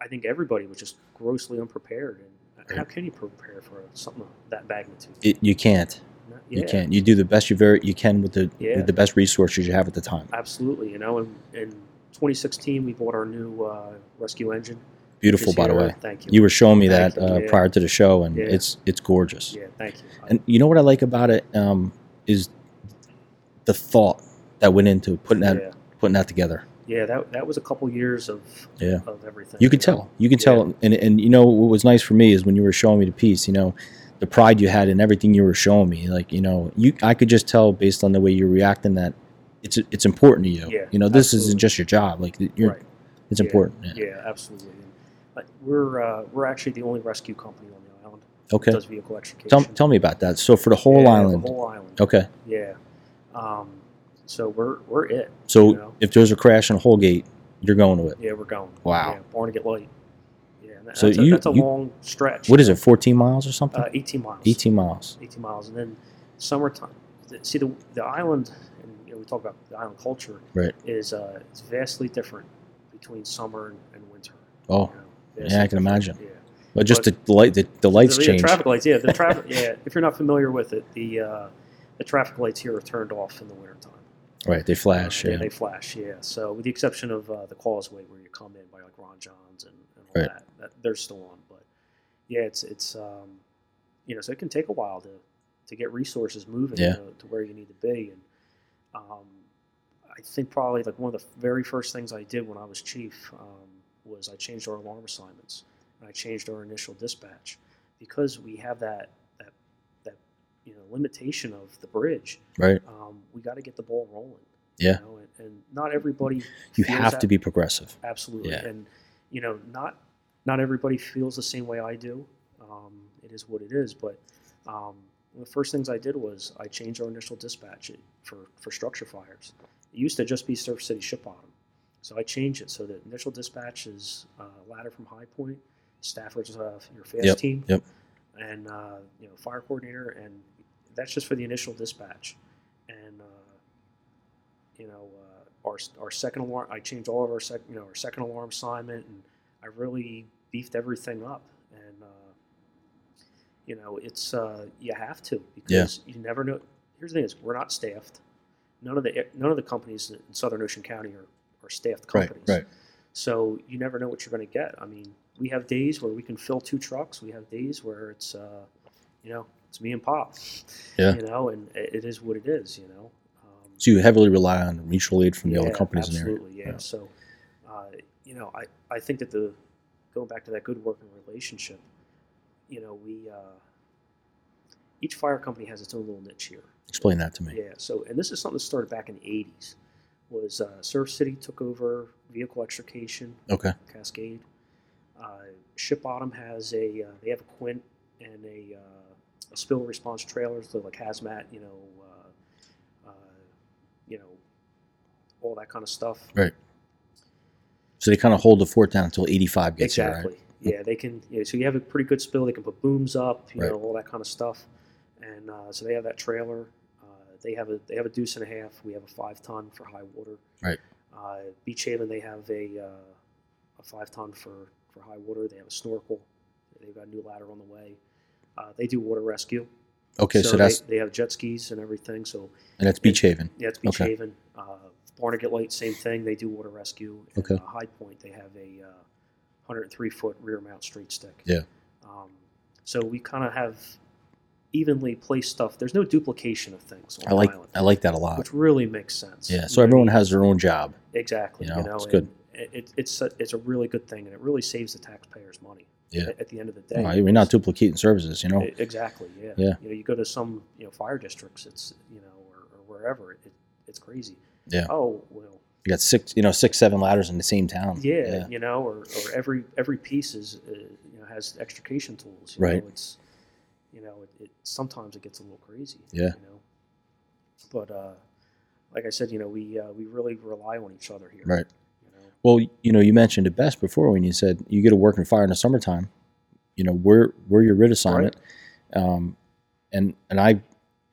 Speaker 2: I think everybody was just grossly unprepared. And how can you prepare for something of that magnitude?
Speaker 1: It, you can't.
Speaker 2: yeah,
Speaker 1: You can't. You do the best you very you can with the
Speaker 2: Yeah.
Speaker 1: with the best resources you have at the time.
Speaker 2: absolutely. You know, and in 2016 we bought our new uh, rescue engine.
Speaker 1: Beautiful,
Speaker 2: This
Speaker 1: by the
Speaker 2: year.
Speaker 1: way.
Speaker 2: Thank you.
Speaker 1: You were showing me that
Speaker 2: Thank you,
Speaker 1: uh,
Speaker 2: yeah.
Speaker 1: prior to the show, and
Speaker 2: Yeah.
Speaker 1: it's it's gorgeous.
Speaker 2: yeah, thank you.
Speaker 1: And you know what I like about it um, is the thought that went into putting that
Speaker 2: yeah,
Speaker 1: putting that together.
Speaker 2: yeah, that that was a couple years of
Speaker 1: Yeah.
Speaker 2: of everything.
Speaker 1: You can
Speaker 2: know?
Speaker 1: tell. You can tell. And and you know what was nice for me is when you were showing me the piece. You know, the pride you had in everything you were showing me. Like you know, you I could just tell based on the way you're reacting that it's it's important to you.
Speaker 2: Yeah,
Speaker 1: you know, this isn't
Speaker 2: absolutely.
Speaker 1: just your job. Like you're,
Speaker 2: Right.
Speaker 1: it's
Speaker 2: Yeah,
Speaker 1: important. Yeah.
Speaker 2: Yeah, absolutely. And, But we're uh, we're actually the only rescue company on the island
Speaker 1: Okay.
Speaker 2: that does vehicle extrication.
Speaker 1: Tell tell me about that. So for the whole
Speaker 2: Yeah,
Speaker 1: island.
Speaker 2: The whole island.
Speaker 1: okay.
Speaker 2: Yeah. Um, so we're we're it.
Speaker 1: So
Speaker 2: You know?
Speaker 1: if there's a crash on Holgate, you're going to it.
Speaker 2: Yeah, we're going.
Speaker 1: Wow.
Speaker 2: Yeah, born to get light. Yeah. And that-
Speaker 1: So
Speaker 2: that's,
Speaker 1: you-
Speaker 2: a, that's a
Speaker 1: you-
Speaker 2: long stretch.
Speaker 1: What is it? 14 miles or something?
Speaker 2: Uh, 18 miles.
Speaker 1: 18 miles.
Speaker 2: 18 miles, and then summertime. The- See the the island, and you know, we talk about the island culture.
Speaker 1: Right.
Speaker 2: Is uh, it's vastly different between summer and, and winter.
Speaker 1: Oh,
Speaker 2: you know,
Speaker 1: yeah,
Speaker 2: vastly
Speaker 1: I can
Speaker 2: different,
Speaker 1: imagine.
Speaker 2: Yeah.
Speaker 1: but just the light, the, the lights
Speaker 2: the, yeah,
Speaker 1: change.
Speaker 2: traffic lights, yeah. The traffic, yeah. If you're not familiar with it, the uh, the traffic lights here are turned off in the wintertime.
Speaker 1: Right, they flash.
Speaker 2: Uh, they-
Speaker 1: yeah.
Speaker 2: They flash, yeah. So with the exception of uh, the causeway where you come in by like Ron Johns and, and all
Speaker 1: Right.
Speaker 2: that, that, they're still on. But yeah, it's it's um, you know, so it can take a while to to get resources moving
Speaker 1: Yeah.
Speaker 2: to, to where you need to be. And um, I think probably like one of the very first things I did when I was chief um, was I changed our alarm assignments and I changed our initial dispatch because we have that that that you know limitation of the bridge.
Speaker 1: Right.
Speaker 2: Um, we got to get the ball rolling.
Speaker 1: Yeah.
Speaker 2: You know, and, and not everybody.
Speaker 1: You
Speaker 2: feels
Speaker 1: have
Speaker 2: that-
Speaker 1: to be progressive.
Speaker 2: absolutely.
Speaker 1: Yeah.
Speaker 2: And you know, not not everybody feels the same way I do. Um, it is what it is. But um, one of the first things I did was I changed our initial dispatch it- for for structure fires. It used to just be Surf City Ship Bottom, so I changed it so the initial dispatch is uh, ladder from High Point, staffers uh, your fast
Speaker 1: Yep,
Speaker 2: team,
Speaker 1: yep.
Speaker 2: and uh, you know fire coordinator, and that's just for the initial dispatch. And uh, you know, uh, our, our second alarm, I changed all of our sec, you know, our second alarm assignment and I really beefed everything up. And, uh, you know, it's, uh, you have to, because you never know. Here's the thing is we're not staffed. None of the, none of the companies in Southern Ocean County are, are staffed companies. So you never know what you're going to get. I mean, we have days where we can fill two trucks. We have days where it's, uh, you know, it's me and Pop.
Speaker 1: Yeah.
Speaker 2: You know, and it, it is what it is. You know. Um,
Speaker 1: So you heavily rely on mutual aid from the other
Speaker 2: yeah,
Speaker 1: companies in the area.
Speaker 2: absolutely, yeah.
Speaker 1: Yeah.
Speaker 2: So, uh, you know, I, I think that the going back to that good working relationship, you know, we uh, each fire company has its own little niche here.
Speaker 1: Explain that to me.
Speaker 2: Yeah. So, and this is something that started back in the '80s. Was uh, Surf City took over vehicle extrication,
Speaker 1: Okay.
Speaker 2: Cascade. Uh, Ship Bottom has a uh, they have a Quint and a, uh, a spill response trailer, so like hazmat, you know, uh, uh, you know, all that kind of stuff.
Speaker 1: So they kind of hold the fort down until 85 gets here, right?
Speaker 2: exactly. Yeah, they can. You know, so you have a pretty good spill. They can put booms up, you
Speaker 1: Right.
Speaker 2: know, all that kind of stuff. And uh, so they have that trailer. Uh, they have a they have a deuce and a half. We have a five ton for high water.
Speaker 1: Right.
Speaker 2: Uh, Beach Haven, they have a uh, a five ton for for high water. They have a snorkel. They've got a new ladder on the way. Uh, they do water rescue.
Speaker 1: Okay. So, that's,
Speaker 2: they, they have jet skis and everything. So
Speaker 1: and that's Beach Haven.
Speaker 2: yeah, it's Beach
Speaker 1: Okay.
Speaker 2: Haven. Uh, Barnegat Light, same thing. They do water rescue. And,
Speaker 1: Okay.
Speaker 2: Uh, High Point, they have a uh, 103 foot rear mount street stick.
Speaker 1: Yeah.
Speaker 2: Um, so we kind of have evenly placed stuff. There's no duplication of things. On
Speaker 1: I like,
Speaker 2: the island,
Speaker 1: I like that a lot.
Speaker 2: which really makes sense.
Speaker 1: Yeah. So
Speaker 2: You know what I
Speaker 1: everyone
Speaker 2: mean?
Speaker 1: has their own job.
Speaker 2: exactly.
Speaker 1: you
Speaker 2: You
Speaker 1: know,
Speaker 2: know,
Speaker 1: it's
Speaker 2: and
Speaker 1: good.
Speaker 2: It, it's a, it's a really good thing, and it really saves the taxpayers money.
Speaker 1: Yeah.
Speaker 2: At, at the end of the day,
Speaker 1: Well, We're not duplicating services, you know?
Speaker 2: E- Exactly. Yeah.
Speaker 1: Yeah.
Speaker 2: You know, you go to some you know fire districts. It's you know or, or wherever it, it's crazy.
Speaker 1: Yeah.
Speaker 2: Oh well.
Speaker 1: You got six, you know, six, seven ladders in the same town.
Speaker 2: Yeah. You know, or, or every every piece is uh, you know has extrication tools. you
Speaker 1: Right.
Speaker 2: Know, it's you know it, it sometimes it gets a little crazy.
Speaker 1: Yeah.
Speaker 2: You know. But uh, like I said, you know we uh, we really rely on each other here.
Speaker 1: Right.
Speaker 2: You know.
Speaker 1: Well, you know, you mentioned it best before when you said you get to work in fire in the summertime. You know, we're we're your writ assignment, um, and and I,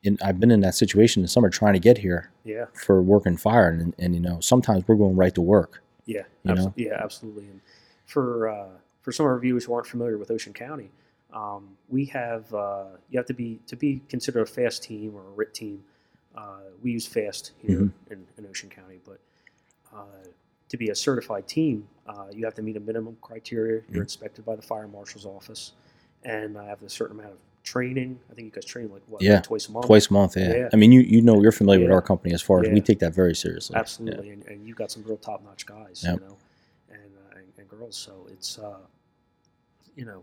Speaker 1: and I've been in that situation in the summer trying to get here
Speaker 2: Yeah.
Speaker 1: for work and fire, and, and you know sometimes we're going right to work.
Speaker 2: Yeah,
Speaker 1: You
Speaker 2: abso-
Speaker 1: know?
Speaker 2: yeah, absolutely. And for uh, for some of our viewers who aren't familiar with Ocean County, um, we have uh, you have to be to be considered a fast team or a RIT team. Uh, we use fast here
Speaker 1: Mhm.
Speaker 2: in, in Ocean County, but uh, to be a certified team, uh, you have to meet a minimum criteria. You're
Speaker 1: Mhm.
Speaker 2: inspected by the fire marshal's office, and I have a certain amount of training. I think you guys train like what,
Speaker 1: Yeah,
Speaker 2: like twice a month,
Speaker 1: Twice a month, yeah.
Speaker 2: Yeah.
Speaker 1: I mean, you you know you're familiar with
Speaker 2: Yeah.
Speaker 1: our company as far as we
Speaker 2: Yeah.
Speaker 1: take that very seriously.
Speaker 2: Absolutely, and, and you've got some real top notch guys,
Speaker 1: Yep.
Speaker 2: you know, and, uh, and and girls. So it's uh, you know,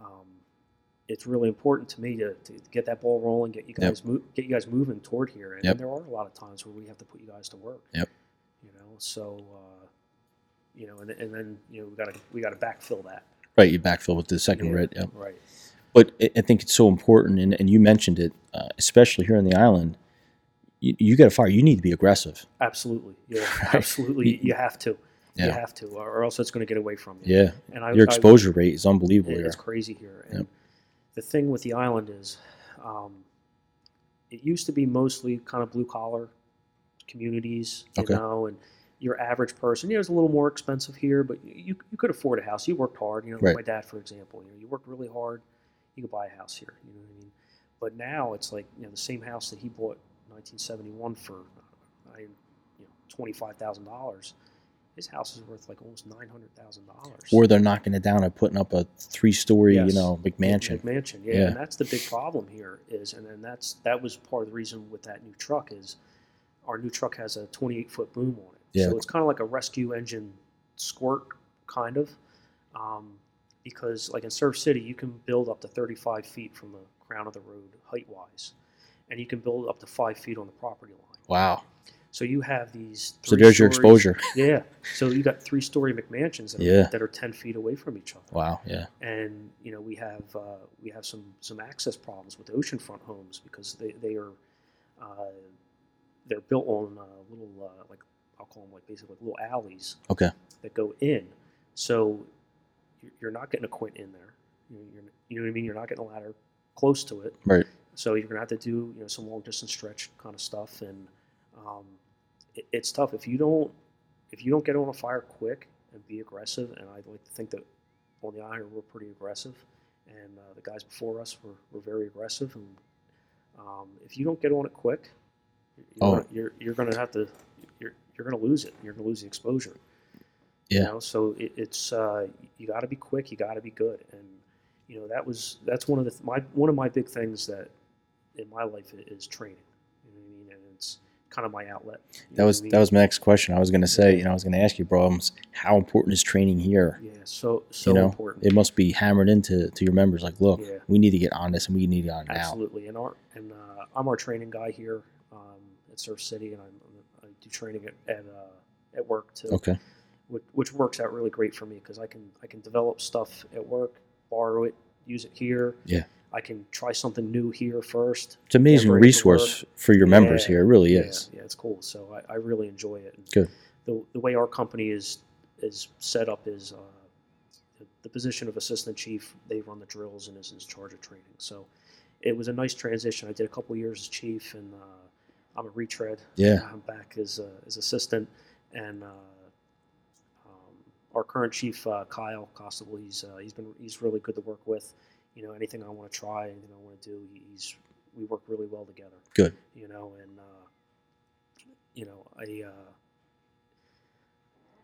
Speaker 2: um, it's really important to me to, to get that ball rolling, get you
Speaker 1: Yep.
Speaker 2: guys mo- get you guys moving toward here. And,
Speaker 1: Yep.
Speaker 2: there are a lot of times where we have to put you guys to work.
Speaker 1: Yep.
Speaker 2: You know, so uh, you know, and, and then you know we got to we got to backfill that.
Speaker 1: Right, you backfill with the second
Speaker 2: Yeah.
Speaker 1: writ. Yeah.
Speaker 2: Right.
Speaker 1: But I- I think it's so important, and, and you mentioned it, uh, especially here on the island. You, you get a fire, you need to be aggressive.
Speaker 2: Absolutely. Yeah.
Speaker 1: Right.
Speaker 2: Absolutely.
Speaker 1: You-
Speaker 2: You have to. You
Speaker 1: Yeah.
Speaker 2: have to, or else it's going to get away from you.
Speaker 1: Yeah,
Speaker 2: And I,
Speaker 1: your
Speaker 2: I-
Speaker 1: exposure rate is unbelievable
Speaker 2: It-
Speaker 1: here.
Speaker 2: It's crazy here. And
Speaker 1: Yep.
Speaker 2: the thing with the island is, um, it used to be mostly kind of blue collar communities, you
Speaker 1: Okay.
Speaker 2: know, and your average person, you know, it's a little more expensive here, but you, you could afford a house. You worked hard, you know,
Speaker 1: Right.
Speaker 2: my dad, for example, you know, you worked really hard, you could buy a house here, you know what I mean? But now it's like, you know, the same house that he bought in 1971 for, I, you know, $25,000, his house is worth like almost $900,000
Speaker 1: Or they're knocking it down and putting up a three-story,
Speaker 2: Yes.
Speaker 1: you know, McMansion.
Speaker 2: mansion, yeah,
Speaker 1: Yeah.
Speaker 2: And that's the big problem here is, and then that's that was part of the reason with that new truck is, our new truck has a 28 foot boom on it,
Speaker 1: Yeah.
Speaker 2: so it's kind of like a rescue engine squirt kind of, um, because like in Surf City you can build up to 35 feet from the crown of the road height wise, and you can build up to five feet on the property line.
Speaker 1: Wow.
Speaker 2: So you have these.
Speaker 1: So
Speaker 2: three
Speaker 1: there's your
Speaker 2: stories-
Speaker 1: exposure.
Speaker 2: Yeah. So you got three story McMansions that are,
Speaker 1: Yeah.
Speaker 2: that are 10 feet away from each other
Speaker 1: Wow. Yeah.
Speaker 2: and you know we have uh, we have some some access problems with oceanfront homes because they they are uh, they're built on uh, little uh, like I'll call them like basically little alleys
Speaker 1: Okay.
Speaker 2: that go in, so you're- you're not getting a quint in there. You know, you're, you know what I mean? You're not getting a ladder close to it.
Speaker 1: Right.
Speaker 2: So you're gonna have to do you know some long distance stretch kind of stuff, and um, it, it's tough if you don't if you don't get on a fire quick and be aggressive. And I like to think that on the iron we're pretty aggressive, and uh, the guys before us were, were very aggressive. And um, if you don't get on it quick, you're,
Speaker 1: Oh.
Speaker 2: gonna, you're you're gonna have to you're you're gonna lose it. You're gonna lose the exposure. You
Speaker 1: Yeah.
Speaker 2: know, so it, it's uh, you got to be quick. You got to be good. And you know that was that's one of the th- my one of my big things that in my life i- is training. You know what I mean? And it's kind of my outlet. you know
Speaker 1: That
Speaker 2: what
Speaker 1: was
Speaker 2: I mean?
Speaker 1: that was my next question. I was going to say, you know, I was going to ask you, bro, um, how important is training here?
Speaker 2: yeah, so so
Speaker 1: you know,
Speaker 2: important.
Speaker 1: It must be hammered into to your members. Like, look,
Speaker 2: Yeah.
Speaker 1: we need to get on this, and we need to get on it now.
Speaker 2: Absolutely. And our and uh, I'm our training guy here um, at Surf City, and I'm, I do training at at, uh, at work too.
Speaker 1: Okay.
Speaker 2: which, which works out really great for me because I can I can develop stuff at work, borrow it, use it here.
Speaker 1: Yeah.
Speaker 2: I can try something new here first.
Speaker 1: It's an amazing
Speaker 2: Every
Speaker 1: resource for your members
Speaker 2: Yeah.
Speaker 1: here. It really
Speaker 2: Yeah,
Speaker 1: is.
Speaker 2: Yeah, it's cool. So I, I really enjoy it. And
Speaker 1: Good.
Speaker 2: The, the way our company is is set up is uh, the, the position of assistant chief. They run the drills and is in charge of training. So it was a nice transition. I did a couple years as chief, and uh, I'm a retread.
Speaker 1: Yeah.
Speaker 2: I'm back as uh, as assistant, and uh, um, our current chief uh, Kyle Costable. He's uh, he's been he's really good to work with. You know, anything I want to try, anything I want to do, he- he's we work really well together.
Speaker 1: Good.
Speaker 2: You know, and uh, you know, I, uh,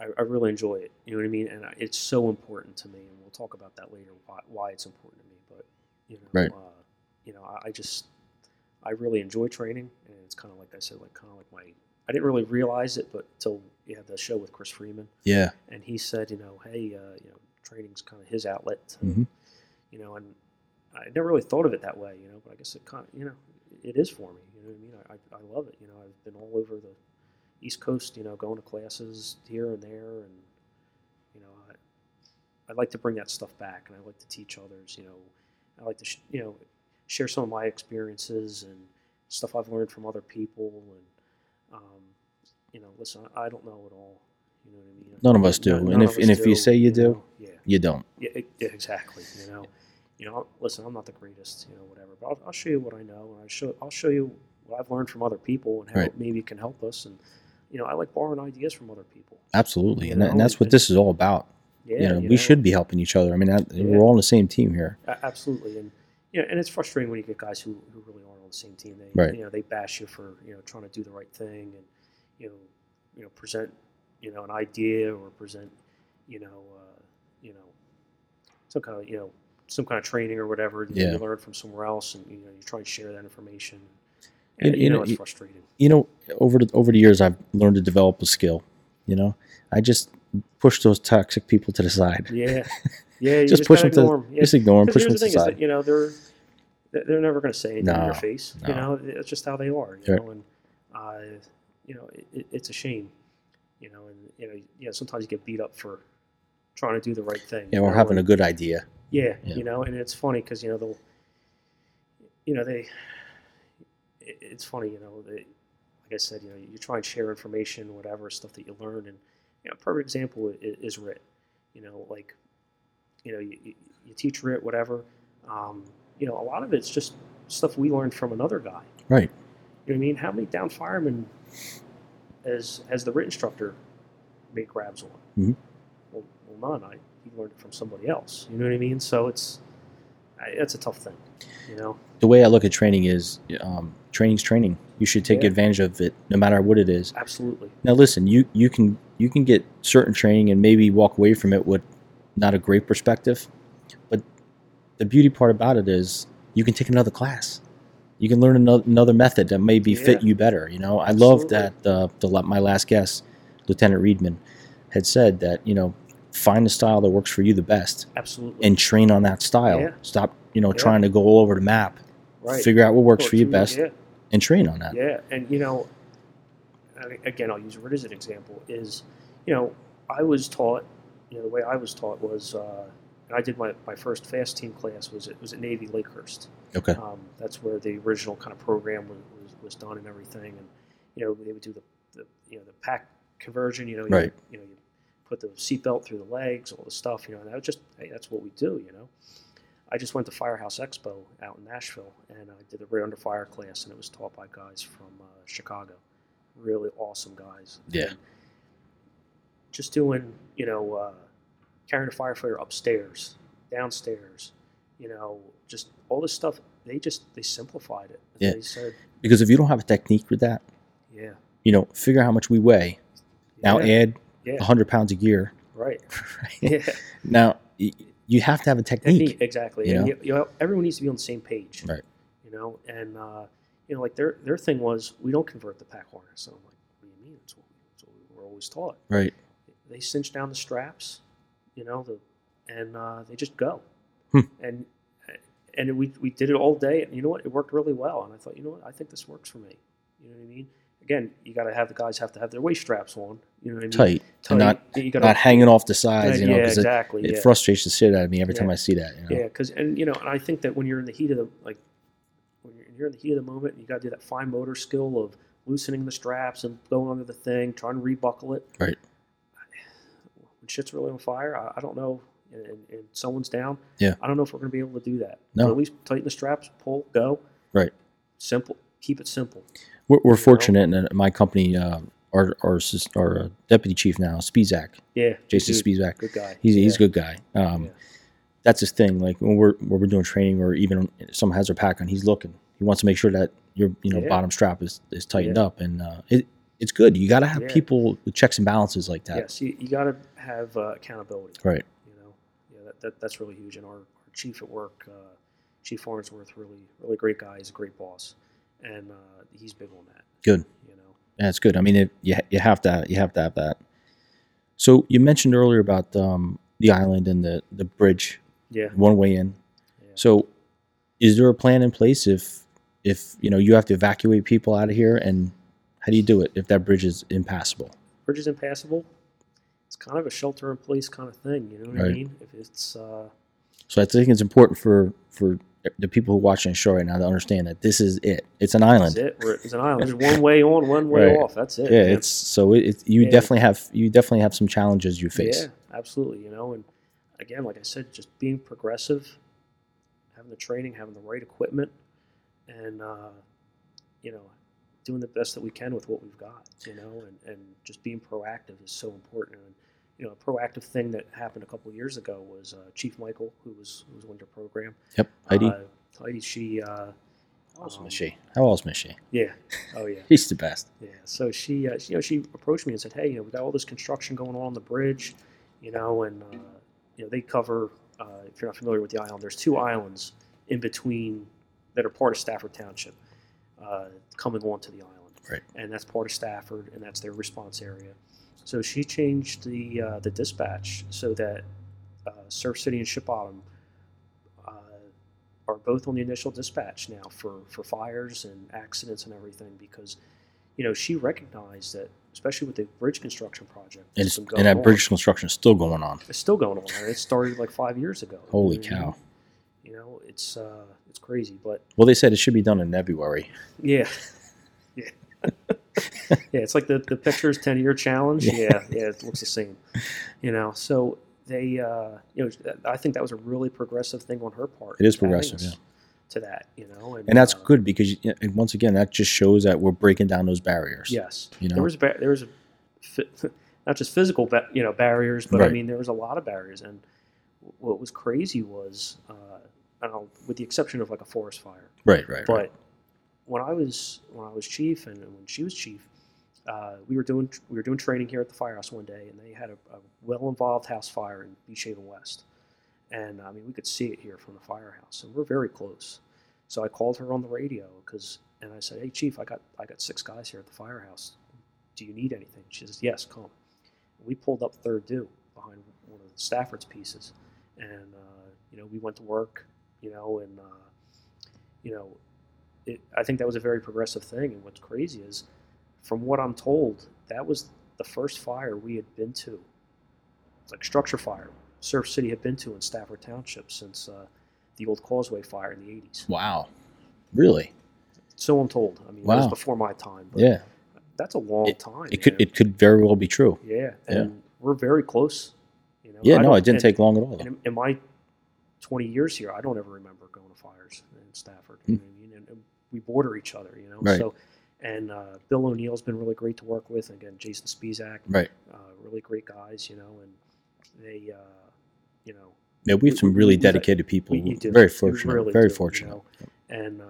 Speaker 2: I I really enjoy it. You know what I mean? And I, it's so important to me, and we'll talk about that later why, why it's important to me. But you know,
Speaker 1: Right.
Speaker 2: uh, you know, I, I just I really enjoy training, and it's kind of like I said, like kind of like my I didn't really realize it, but till you had the show with Chris Freeman,
Speaker 1: Yeah.
Speaker 2: and he said, you know, hey, uh, you know, training's kind of his outlet, to,
Speaker 1: Mhm.
Speaker 2: you know, and I never really thought of it that way, you know, but I guess it kind of, you know, it is for me, you know what I mean? I, I, I love it, you know, I've been all over the East Coast, you know, going to classes here and there, and you know, I, I like to bring that stuff back, and I like to teach others, you know, I like to, sh- you know, share some of my experiences and stuff I've learned from other people, and um, you know, listen, I, I don't know it all. You know what I mean?
Speaker 1: None of us do, and
Speaker 2: none
Speaker 1: if-
Speaker 2: of us
Speaker 1: and if you say you do-
Speaker 2: know? yeah,
Speaker 1: You don't.
Speaker 2: yeah, e- yeah, exactly. You know, you know, listen, I'm not the greatest, you know, whatever, but I'll, I'll show you what I know, and I show I'll show you what I've learned from other people and how
Speaker 1: Right.
Speaker 2: it maybe it can help us. And you know, I like borrowing ideas from other people.
Speaker 1: Absolutely,
Speaker 2: You
Speaker 1: and, that, and
Speaker 2: know,
Speaker 1: that's what
Speaker 2: it's-
Speaker 1: this is all about.
Speaker 2: Yeah,
Speaker 1: you know, we should be helping each other. I mean, that,
Speaker 2: Yeah.
Speaker 1: we're all on the same team here.
Speaker 2: A- Absolutely, and you know, and it's frustrating when you get guys who, who really aren't on the same team. They
Speaker 1: Right.
Speaker 2: you know they bash you for you know trying to do the right thing and you know you know present you know an idea or present you know uh, you know some kind of you know some kind of training or whatever that
Speaker 1: Yeah.
Speaker 2: you learned from somewhere else, and you know you try and share that information.
Speaker 1: And-
Speaker 2: And, you
Speaker 1: and
Speaker 2: know
Speaker 1: it-
Speaker 2: it's frustrating.
Speaker 1: You know, over the, over the years, I've learned to develop a skill. You know, I just push those toxic people to the side.
Speaker 2: Yeah, yeah. You
Speaker 1: Just
Speaker 2: just,
Speaker 1: push them
Speaker 2: gotta
Speaker 1: to-
Speaker 2: ignore 'em. Yeah.
Speaker 1: Just ignore them, push
Speaker 2: Because
Speaker 1: them
Speaker 2: here's
Speaker 1: to the
Speaker 2: the thing is
Speaker 1: side.
Speaker 2: that you know they're they're never going to say anything in
Speaker 1: No,
Speaker 2: your face.
Speaker 1: no.
Speaker 2: You know, it's just how they are. You
Speaker 1: Sure.
Speaker 2: know, and uh, you know it- it, it's a shame. You know, and you know, you know, sometimes you get beat up for trying to do the right thing.
Speaker 1: yeah,
Speaker 2: you
Speaker 1: we're
Speaker 2: know,
Speaker 1: having a
Speaker 2: and-
Speaker 1: good idea.
Speaker 2: yeah,
Speaker 1: yeah.
Speaker 2: you know, and it's funny because you know they'll, you know they, it, it's funny you know they, like I said you know you try and share information whatever stuff that you learn and you know perfect example i- i- is writ, you know like, you know you, you, you teach writ whatever, um, you know a lot of it's just stuff we learned from another guy.
Speaker 1: Right.
Speaker 2: You know what I mean? How many down firemen has has the writ instructor made grabs on?
Speaker 1: Mhm.
Speaker 2: Well, well, none. I he learned it from somebody else. You know what I mean? So it's I, it's a tough thing. You know?
Speaker 1: The way I look at training is um, training's training. You should take
Speaker 2: Yeah.
Speaker 1: advantage of it, no matter what it is.
Speaker 2: Absolutely.
Speaker 1: Now, listen, you you can you can get certain training and maybe walk away from it with not a great perspective, but the beauty part about it is you can take another class. You can learn another, another method that maybe fit
Speaker 2: Yeah.
Speaker 1: you better. You know, I love
Speaker 2: Absolutely.
Speaker 1: that uh, the la- my last guest, Lieutenant Reedman, had said that you know find the style that works for you the best
Speaker 2: Absolutely.
Speaker 1: and train on that style.
Speaker 2: Yeah.
Speaker 1: Stop you know
Speaker 2: Yeah.
Speaker 1: trying to go all over the map.
Speaker 2: right.
Speaker 1: Figure out what works
Speaker 2: Or
Speaker 1: for you
Speaker 2: two,
Speaker 1: best
Speaker 2: Yeah.
Speaker 1: and train on that.
Speaker 2: Yeah. And you know I- again I'll use writ as an example, is you know, I was taught you know, the way I was taught was uh and I did my, my first fast team class was it was at Navy Lakehurst.
Speaker 1: Okay.
Speaker 2: Um, that's where the original kind of program was, was, was done and everything. And you know, they would do the, the you know the pack conversion. You know, you,
Speaker 1: Right.
Speaker 2: You know, you put the seatbelt through the legs, all the stuff. You know, and that was just hey, that's what we do. You know, I just went to Firehouse Expo out in Nashville, and I did a rear under fire class, and it was taught by guys from uh, Chicago, really awesome guys.
Speaker 1: Yeah.
Speaker 2: And just doing you know uh, carrying a firefighter upstairs, downstairs. You know, just all this stuff. They just they simplified it.
Speaker 1: Yeah.
Speaker 2: They said,
Speaker 1: Because if you don't have a technique with that,
Speaker 2: yeah.
Speaker 1: you know, figure out how much we weigh. Now
Speaker 2: yeah,
Speaker 1: add
Speaker 2: yeah,
Speaker 1: 100 pounds of gear.
Speaker 2: right. Yeah,
Speaker 1: Now, y- you have to have a technique.
Speaker 2: technique exactly.
Speaker 1: you
Speaker 2: and
Speaker 1: know?
Speaker 2: you, you know, everyone needs to be on the same page.
Speaker 1: Right.
Speaker 2: You know, and uh, you know, like their their thing was we don't convert the pack harness. And I'm like, what do you mean? It's what, it's what we were always taught.
Speaker 1: Right.
Speaker 2: They cinch down the straps, you know, the, and uh, they just go.
Speaker 1: Hmm.
Speaker 2: And and we we did it all day, and you know what? It worked really well. And I thought, you know what? I think this works for me. You know what I mean? Again, you got to have the guys have to have their waist straps on. You know what I mean?
Speaker 1: Tight.
Speaker 2: Tight.
Speaker 1: not-
Speaker 2: you gotta,
Speaker 1: Not hanging off the sides, you know,
Speaker 2: yeah,
Speaker 1: because it,
Speaker 2: exactly.
Speaker 1: it
Speaker 2: yeah.
Speaker 1: frustrates the shit out of me every
Speaker 2: Yeah.
Speaker 1: time I see that. You
Speaker 2: Yeah,
Speaker 1: know?
Speaker 2: because and you know, and I think that when you're in the heat of the like, when you're, you're in the heat of the moment, you got to do that fine motor skill of loosening the straps and going under the thing, trying to rebuckle it.
Speaker 1: Right.
Speaker 2: When shit's really on fire, I, I don't know, and, and, and someone's down.
Speaker 1: Yeah.
Speaker 2: I don't know if we're going to be able to do that.
Speaker 1: No.
Speaker 2: But at least tighten the straps, pull, go.
Speaker 1: Right.
Speaker 2: Simple. Keep it simple.
Speaker 1: We're, we're
Speaker 2: know?
Speaker 1: fortunate in that my company, uh, our, our, assist- our uh, deputy chief now, Spizak,
Speaker 2: Yeah.
Speaker 1: Jason
Speaker 2: dude,
Speaker 1: Spizak,
Speaker 2: Good guy.
Speaker 1: he's,
Speaker 2: yeah.
Speaker 1: he's a good guy. Um,
Speaker 2: Yeah.
Speaker 1: That's his thing. Like when we're, when we're doing training or even someone has their pack on, he's looking. He wants to make sure that your you know
Speaker 2: Yeah.
Speaker 1: bottom strap is, is tightened
Speaker 2: Yeah.
Speaker 1: up. And uh, it, it's good. You got to have
Speaker 2: Yeah.
Speaker 1: people with checks and balances like that.
Speaker 2: Yes, you, you got to have uh, accountability.
Speaker 1: Right.
Speaker 2: You know, yeah, that, that that's really huge. And our, our chief at work, uh, Chief Farnsworth, really really great guy. He's a great boss, and uh, he's big on that.
Speaker 1: Good.
Speaker 2: You know,
Speaker 1: That's good. I mean, it, you you have to you have to have that. So you mentioned earlier about um, the island and the the bridge,
Speaker 2: yeah.
Speaker 1: one way in.
Speaker 2: yeah.
Speaker 1: So, is there a plan in place if if you know you have to evacuate people out of here, and how do you do it if that bridge is impassable?
Speaker 2: bridge is impassable. It's kind of a shelter in place kind of thing. You know what I
Speaker 1: Right.
Speaker 2: mean? If it's uh,
Speaker 1: So I think it's important for for the people who watch and show right now to understand that this is it. It's an island.
Speaker 2: that's it. We're, it's an island. There's one way on, one way
Speaker 1: Right.
Speaker 2: off. That's it.
Speaker 1: Yeah,
Speaker 2: man.
Speaker 1: it's so it, it you
Speaker 2: Yeah.
Speaker 1: definitely have you definitely have some challenges you face.
Speaker 2: Yeah, absolutely. You know, and again, like I said, just being progressive having the training, having the right equipment, and uh, you know, doing the best that we can with what we've got. You know, and, and just being proactive is so important. And you know, a proactive thing that happened a couple of years ago was uh, Chief Michael, who was who was on your program.
Speaker 1: Yep, Heidi.
Speaker 2: Uh, Heidi, she, uh,
Speaker 1: awesome
Speaker 2: um,
Speaker 1: is she? How awesome is she?
Speaker 2: yeah, oh yeah.
Speaker 1: She's the best.
Speaker 2: Yeah, so she, uh, she- you know, she approached me and said, "Hey, you know, we got all this construction going on on the bridge, you know, and uh, you know they cover. Uh, if you're not familiar with the island, there's two islands in between that are part of Stafford Township, uh, coming onto the island,
Speaker 1: Right.
Speaker 2: And that's part of Stafford, and that's their response area. So she changed the uh, the dispatch so that uh, Surf City and Ship Bottom uh, are both on the initial dispatch now for for fires and accidents and everything because you know she recognized that especially with the bridge construction project
Speaker 1: And,
Speaker 2: that's
Speaker 1: it's,
Speaker 2: been
Speaker 1: and that
Speaker 2: going
Speaker 1: bridge construction is still going on.
Speaker 2: on, it's still going on and it started like five years ago
Speaker 1: Holy
Speaker 2: I mean,
Speaker 1: cow.
Speaker 2: you know it's uh, it's crazy but
Speaker 1: Well, they said it should be done in February.
Speaker 2: yeah yeah yeah it's like the the pictures ten year challenge
Speaker 1: Yeah.
Speaker 2: yeah yeah it looks the same you know so they uh, you know I think that was a really progressive thing on her part
Speaker 1: It is
Speaker 2: adding
Speaker 1: progressive,
Speaker 2: us
Speaker 1: yeah.
Speaker 2: to that you know
Speaker 1: And that's
Speaker 2: uh,
Speaker 1: good because, you- and once again, that just shows that we're breaking down those barriers.
Speaker 2: Yes,
Speaker 1: You know?
Speaker 2: there was ba- there was a, fi- not just physical ba- you know barriers, but I
Speaker 1: Right.
Speaker 2: mean there was a lot of barriers. And what was crazy was uh, I don't know, with the exception of like a forest fire,
Speaker 1: Right, right, right.
Speaker 2: but when I was when I was chief and when she was chief, uh, we were doing we were doing training here at the firehouse one day, and they had a, a well involved house fire in Beach Haven West, and I mean we could see it here from the firehouse, and we're very close. So I called her on the radio because, and I said, "Hey chief, I got I got six guys here at the firehouse. Do you need anything?" She says, "Yes, come." We pulled up third due behind one of Stafford's pieces, and uh, you know we went to work, you know, and uh, you know it, I think that was a very progressive thing. And what's crazy is, from what I'm told, that was the first fire we had been to, like structure fire, Surf City had been to in Stafford Township since uh, the old Causeway fire in the 80s.
Speaker 1: Wow. Really?
Speaker 2: So I'm told. I mean, it was
Speaker 1: Wow.
Speaker 2: before my time, but
Speaker 1: Yeah.
Speaker 2: that's a long time.
Speaker 1: It could
Speaker 2: man.
Speaker 1: it could very well be true.
Speaker 2: yeah,
Speaker 1: yeah.
Speaker 2: and we're very close. You know,
Speaker 1: Yeah, no,
Speaker 2: don't-
Speaker 1: it didn't
Speaker 2: and-
Speaker 1: take long at all.
Speaker 2: And in, in my 20 years here, I don't ever remember going to fires in Stafford. You know what I mean? and, and we border each other, you know.
Speaker 1: Hmm. Right.
Speaker 2: So, and uh, Bill O'Neill's been really great to work with. Again, Jason Spizak,
Speaker 1: Right.
Speaker 2: uh, really great guys, you know, and they, uh, you know,
Speaker 1: Yeah, we have some
Speaker 2: we-
Speaker 1: really
Speaker 2: we- we-
Speaker 1: dedicated people.
Speaker 2: we, you do.
Speaker 1: Very
Speaker 2: You
Speaker 1: fortunate.
Speaker 2: really
Speaker 1: very
Speaker 2: do, you
Speaker 1: fortunate.
Speaker 2: know. And uh,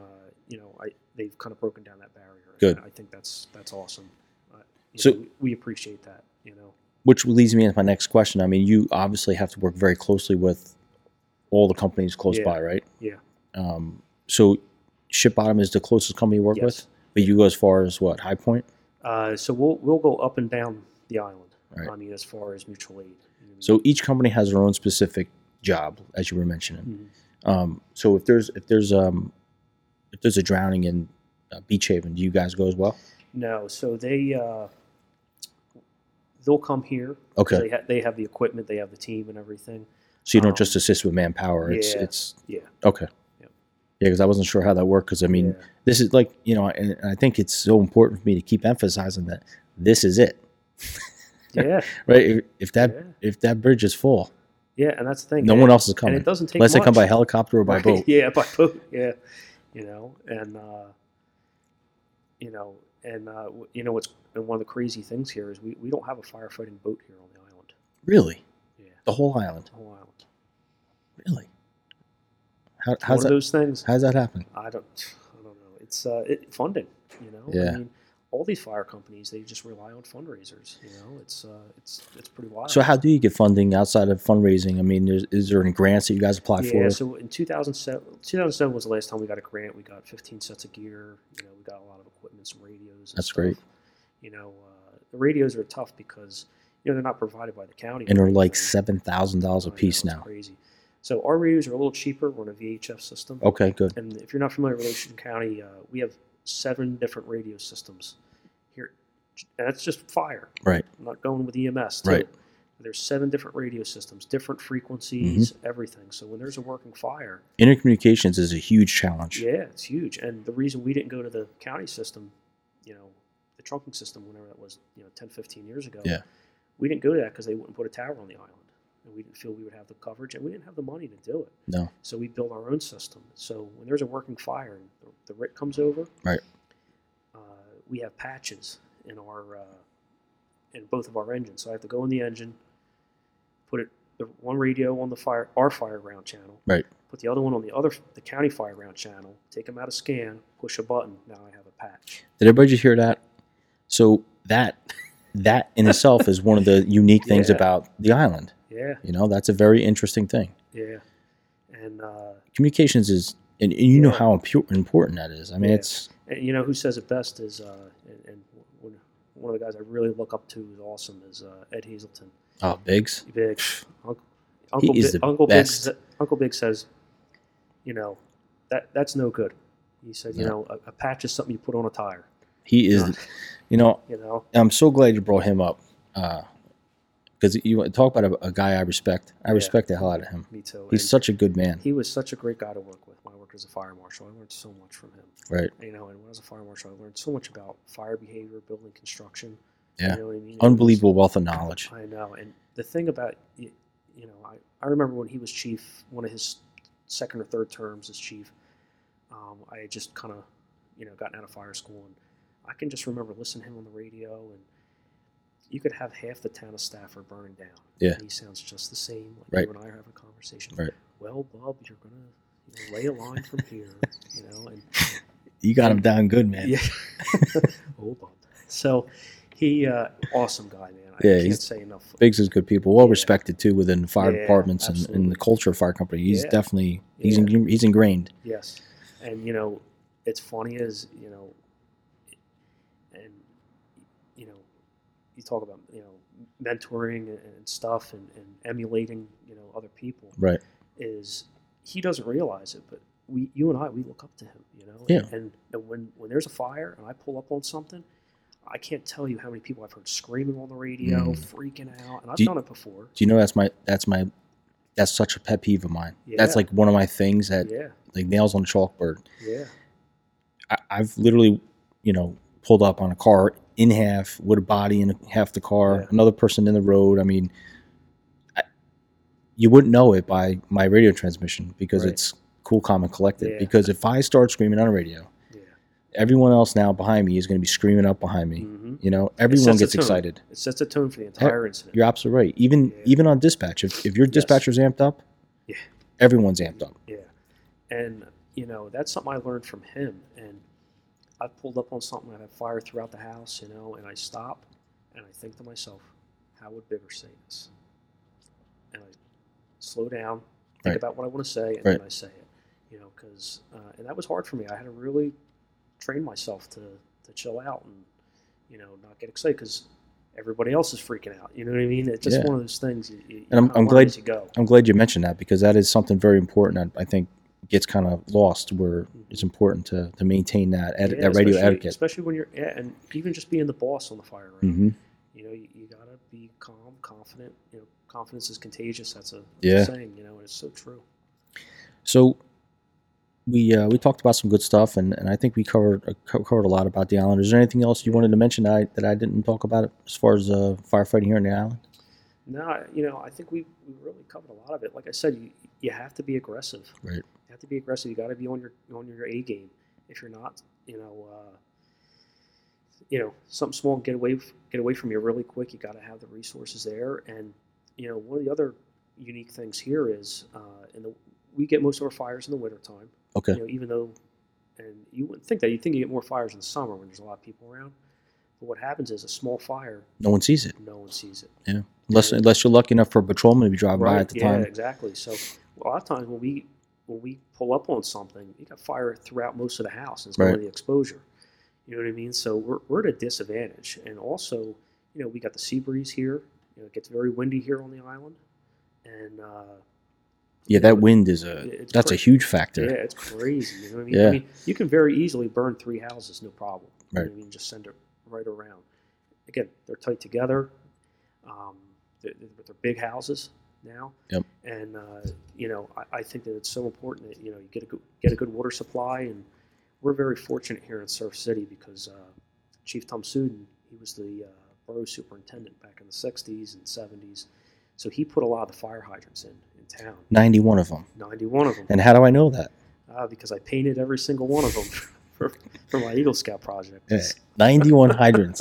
Speaker 2: you know, I they've kind of broken down that barrier. and
Speaker 1: Good.
Speaker 2: I think that's that's awesome. Uh, you
Speaker 1: So-
Speaker 2: know, we- we appreciate that, you know.
Speaker 1: Which leads me into my next question. I mean, you obviously have to work very closely with all the companies close
Speaker 2: Yeah.
Speaker 1: by, right?
Speaker 2: Yeah.
Speaker 1: Um, so Ship Bottom is the closest company you work
Speaker 2: Yes.
Speaker 1: with, but you go as far as what, High Point?
Speaker 2: Uh, so we'll we'll go up and down the island.
Speaker 1: Right.
Speaker 2: I mean, as far as mutual aid. you know what I mean?
Speaker 1: So each company has their own specific job, as you were mentioning.
Speaker 2: Mhm.
Speaker 1: Um, so if there's if there's um if there's a drowning in uh, Beach Haven, do you guys go as well?
Speaker 2: No, so they uh, they'll come here. 'cause
Speaker 1: Okay,
Speaker 2: They, ha- they have the equipment, they have the team and everything.
Speaker 1: so you don't
Speaker 2: um,
Speaker 1: just assist with manpower. It's
Speaker 2: yeah.
Speaker 1: it's
Speaker 2: Yeah.
Speaker 1: okay. Yeah,
Speaker 2: Yep.
Speaker 1: because I wasn't sure how that worked. Because I mean,
Speaker 2: Yeah.
Speaker 1: this is like you know, and and I think it's so important for me to keep emphasizing that this is it,
Speaker 2: yeah,
Speaker 1: right? If, if that
Speaker 2: yeah,
Speaker 1: if that bridge is full,
Speaker 2: yeah, and that's the thing.
Speaker 1: no
Speaker 2: and
Speaker 1: one
Speaker 2: it-
Speaker 1: else is
Speaker 2: and
Speaker 1: coming
Speaker 2: it doesn't take
Speaker 1: unless they
Speaker 2: much.
Speaker 1: come by helicopter or by
Speaker 2: Right,
Speaker 1: boat.
Speaker 2: Yeah, by boat. Yeah, you know, and uh, you know, and uh, w- you know what's and one of the crazy things here is we, we don't have a firefighting boat here on the island.
Speaker 1: Really,
Speaker 2: Yeah,
Speaker 1: the whole island.
Speaker 2: the whole island.
Speaker 1: Really, how,
Speaker 2: It's one
Speaker 1: how's
Speaker 2: of
Speaker 1: that?
Speaker 2: those things.
Speaker 1: how's that happen?
Speaker 2: I don't, I don't know. It's uh, it, funding, you know.
Speaker 1: Yeah.
Speaker 2: I mean, all these fire companies they just rely on fundraisers. You know, it's uh, it's it's pretty wild.
Speaker 1: So how do you get funding outside of fundraising? I mean, is, is there any grants that you guys apply
Speaker 2: yeah,
Speaker 1: for?
Speaker 2: so in 2007, 2007 was the last time we got a grant. We got 15 sets of gear. You know, we got a lot of equipment, some radios. And
Speaker 1: That's
Speaker 2: stuff.
Speaker 1: great.
Speaker 2: You know, uh, the radios are tough because you know they're not provided by the county.
Speaker 1: and
Speaker 2: or
Speaker 1: they're like
Speaker 2: anything.
Speaker 1: seven thousand dollars a
Speaker 2: I know,
Speaker 1: piece
Speaker 2: it's
Speaker 1: now.
Speaker 2: Crazy. So our radios are a little cheaper. We're on a VHF system.
Speaker 1: Okay, good.
Speaker 2: And if you're not familiar with Ocean County, uh, we have seven different radio systems here. And that's just fire.
Speaker 1: Right.
Speaker 2: I'm not going with EMS. Too.
Speaker 1: Right.
Speaker 2: There's seven different radio systems, different frequencies,
Speaker 1: Mm-hmm.
Speaker 2: everything. So when there's a working fire,
Speaker 1: Intercommunications is a huge challenge.
Speaker 2: yeah, it's huge. And the reason we didn't go to the county system, you know, the trunking system, whenever that was, you know, 10, 15 years ago,
Speaker 1: Yeah.
Speaker 2: we didn't go to that because they wouldn't put a tower on the island. and we didn't feel we would have the coverage, and we didn't have the money to do it.
Speaker 1: No.
Speaker 2: So we built our own system. So when there's a working fire and the, the RIT comes over,
Speaker 1: Right.
Speaker 2: Uh, we have patches in our uh, in both of our engines. So I have to go in the engine, put it the one radio on the fire our fire ground channel,
Speaker 1: Right.
Speaker 2: Put the other one on the other the county fire ground channel. Take them out of scan, push a button. Now I have a patch.
Speaker 1: Did everybody just hear that? So that that in itself is one of the unique things
Speaker 2: Yeah.
Speaker 1: about the island.
Speaker 2: Yeah,
Speaker 1: You know, that's a very interesting thing.
Speaker 2: yeah, and. Uh,
Speaker 1: Communications is, and, and you know
Speaker 2: Yeah.
Speaker 1: how impu- important that is. I mean,
Speaker 2: Yeah.
Speaker 1: it's
Speaker 2: And you know who says it best is, uh, and, and one, one of the guys I really look up to is awesome is uh, Ed Hazelton.
Speaker 1: oh, Biggs.
Speaker 2: Big Uncle, Uncle,
Speaker 1: is
Speaker 2: Big-
Speaker 1: the
Speaker 2: Uncle
Speaker 1: best.
Speaker 2: Big. Uncle Big says, you know, that that's no good. He said, you
Speaker 1: Yeah.
Speaker 2: know, a, a patch is something you put on a tire.
Speaker 1: He is.
Speaker 2: Yeah.
Speaker 1: You know,
Speaker 2: You know,
Speaker 1: I'm so glad you brought him up because you talk about a, a guy I respect. I
Speaker 2: Yeah.
Speaker 1: respect the hell out of him.
Speaker 2: me too.
Speaker 1: He's
Speaker 2: And
Speaker 1: such a good man.
Speaker 2: he was such a great guy to work with when I worked as a fire marshal. I learned so much from him.
Speaker 1: Right.
Speaker 2: You know, and when I was a fire marshal, I learned so much about fire behavior, building construction.
Speaker 1: Yeah.
Speaker 2: You know what I mean? It was-
Speaker 1: Unbelievable wealth of knowledge.
Speaker 2: I know. And the thing about, y- you know, I, I remember when he was chief, one of his second or third terms as chief, um, I had just kind of, you know, gotten out of fire school. And I can just remember listening to him on the radio. And you could have half the town of Stafford burned down.
Speaker 1: Yeah.
Speaker 2: And he sounds just the same. Like
Speaker 1: Right.
Speaker 2: You and I are having a conversation.
Speaker 1: Right.
Speaker 2: Well, Bob, you're going to lay a line from here, you know, and
Speaker 1: You got him down good, man.
Speaker 2: yeah. oh, Bob. So he, uh, awesome guy, man. I
Speaker 1: Yeah,
Speaker 2: can't
Speaker 1: he's-
Speaker 2: say enough.
Speaker 1: Biggs is good people, well
Speaker 2: Yeah.
Speaker 1: respected too within the fire
Speaker 2: Yeah,
Speaker 1: departments and, and
Speaker 2: absolutely.
Speaker 1: the culture of fire company. He's
Speaker 2: Yeah.
Speaker 1: definitely he's
Speaker 2: Yeah.
Speaker 1: ing- he's ingrained.
Speaker 2: Yes, and you know, it's funny is you know, and you know, you talk about you know mentoring and, and stuff and, and emulating you know other people
Speaker 1: Right.
Speaker 2: is he doesn't realize it, but we you and I we look up to him, you know.
Speaker 1: Yeah.
Speaker 2: And, and when when there's a fire and I pull up on something. I can't tell you how many people I've heard screaming on the radio,
Speaker 1: Mm.
Speaker 2: freaking out, and I've
Speaker 1: Do you-
Speaker 2: done it before.
Speaker 1: Do you know that's my that's my that's such a pet peeve of mine. That's
Speaker 2: Yeah.
Speaker 1: like one of my things that
Speaker 2: yeah,
Speaker 1: like nails on a chalkboard.
Speaker 2: yeah,
Speaker 1: I, I've literally, you know, pulled up on a car in half with a body in half the car,
Speaker 2: Yeah.
Speaker 1: another person in the road. I mean, I, you wouldn't know it by my radio transmission because
Speaker 2: Right.
Speaker 1: it's cool, calm, and collected.
Speaker 2: Yeah.
Speaker 1: Because if I start screaming on a radio,
Speaker 2: yeah.
Speaker 1: everyone else now behind me is going to be screaming up behind me.
Speaker 2: hmm
Speaker 1: You know, everyone
Speaker 2: sets a
Speaker 1: gets
Speaker 2: tone.
Speaker 1: excited.
Speaker 2: It sets a tone for the entire incident.
Speaker 1: You're absolutely right. Even
Speaker 2: Yeah.
Speaker 1: even on dispatch, if, if your
Speaker 2: Yes.
Speaker 1: dispatcher's amped up,
Speaker 2: Yeah.
Speaker 1: everyone's amped up.
Speaker 2: Yeah. And, you know, that's something I learned from him. And I pulled up on something I had fire throughout the house, you know, and I stop and I think to myself, how would Bigger say this? And I slow down, think
Speaker 1: Right.
Speaker 2: about what I want to say, and
Speaker 1: Right.
Speaker 2: then I say it, you know, because, uh, and that was hard for me. I had to really train myself to, to chill out and, you know, not get excited because everybody else is freaking out. You know what I mean? It's just
Speaker 1: Yeah.
Speaker 2: one of those things. You, you, you
Speaker 1: And I'm-
Speaker 2: kinda
Speaker 1: I'm
Speaker 2: learn
Speaker 1: glad-
Speaker 2: as you go.
Speaker 1: I'm glad you mentioned that because that is something very important that I think gets kind of lost where it's important to, to maintain that ed-
Speaker 2: Yeah,
Speaker 1: that radio
Speaker 2: especially-
Speaker 1: etiquette.
Speaker 2: especially when you're yeah, and even just being the boss on the fire round.
Speaker 1: hmm
Speaker 2: You know, you, you gotta be calm, confident. You know, confidence is contagious. That's a
Speaker 1: Yeah.
Speaker 2: saying. You know, and it's so true.
Speaker 1: So we uh, we talked about some good stuff, and, and I think we covered uh, co- covered a lot about the island. Is there anything else you wanted to mention that I, that I didn't talk about as far as uh, firefighting here on the island?
Speaker 2: No, you know, I think we we really covered a lot of it. Like I said, you you have to be aggressive.
Speaker 1: Right.
Speaker 2: You have to be aggressive. You got to be on your on your A game. If you're not, you know, uh, you know, something small can get away get away from you really quick. You got to have the resources there. And you know, one of the other unique things here is, uh, in the we get most of our fires in the wintertime.
Speaker 1: Okay.
Speaker 2: You know, even though, and you wouldn't think that. You would think you get more fires in the summer when there's a lot of people around. But what happens is a small fire,
Speaker 1: No one sees it
Speaker 2: no one sees it.
Speaker 1: unless
Speaker 2: Yeah.
Speaker 1: unless you're lucky enough for a patrolman to be driving uh, by at the
Speaker 2: yeah,
Speaker 1: time.
Speaker 2: exactly. So a lot of times when we when we pull up on something, you got fire throughout most of the house. and It's
Speaker 1: Right.
Speaker 2: going to the exposure. You know what I mean? So we're we're at a disadvantage, and also you know we got the sea breeze here. You know, it gets very windy here on the island, and uh,
Speaker 1: Yeah, that wind is a Uh,
Speaker 2: It's
Speaker 1: that's a
Speaker 2: pretty-
Speaker 1: huge
Speaker 2: yeah,
Speaker 1: factor.
Speaker 2: it's crazy. You know what I mean?
Speaker 1: Yeah.
Speaker 2: I mean, you can very easily burn three houses, no problem. You know
Speaker 1: Right.
Speaker 2: what I mean, just send it right around. Again, they're tight together. Um, they're, they're big houses now.
Speaker 1: Yep.
Speaker 2: And uh, you know, I, I think that it's so important that you know you get a good, get a good water supply, and we're very fortunate here in Surf City because uh, Chief Tom Suden, he was the uh, borough superintendent back in the '60s and '70s. So he put a lot of the fire hydrants in in town,
Speaker 1: 91 of them.
Speaker 2: 91 of them,
Speaker 1: And how do I know that?
Speaker 2: uh, because I painted every single one of them for, for my Eagle Scout project.
Speaker 1: Yeah, 91 hydrants.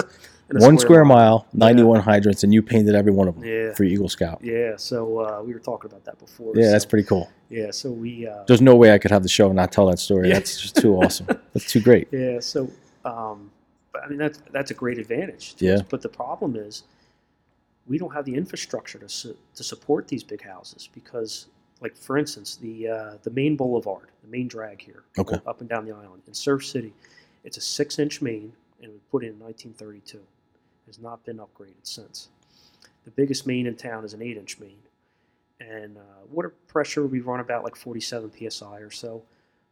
Speaker 2: In a
Speaker 1: One square mile, 91 hydrants, and you painted every one of them
Speaker 2: Yeah.
Speaker 1: for Eagle Scout.
Speaker 2: Yeah. So uh, we were talking about that before.
Speaker 1: Yeah,
Speaker 2: so,
Speaker 1: that's pretty cool.
Speaker 2: yeah. So we. Uh,
Speaker 1: There's no way I could have the show and not tell that story.
Speaker 2: Yeah.
Speaker 1: That's just too awesome. That's too great.
Speaker 2: Yeah. So, um, but I mean, that's that's a great advantage. to
Speaker 1: Yeah.
Speaker 2: us. But the problem is, we don't have the infrastructure to su- to support these big houses because, like for instance, the uh, the main boulevard, the main drag here,
Speaker 1: Okay.
Speaker 2: up and down the island in Surf City, it's a six inch main and it was put in in 1932. Has not been upgraded since. The biggest main in town is an eight inch main, and uh, water pressure we run about like 47 psi or so,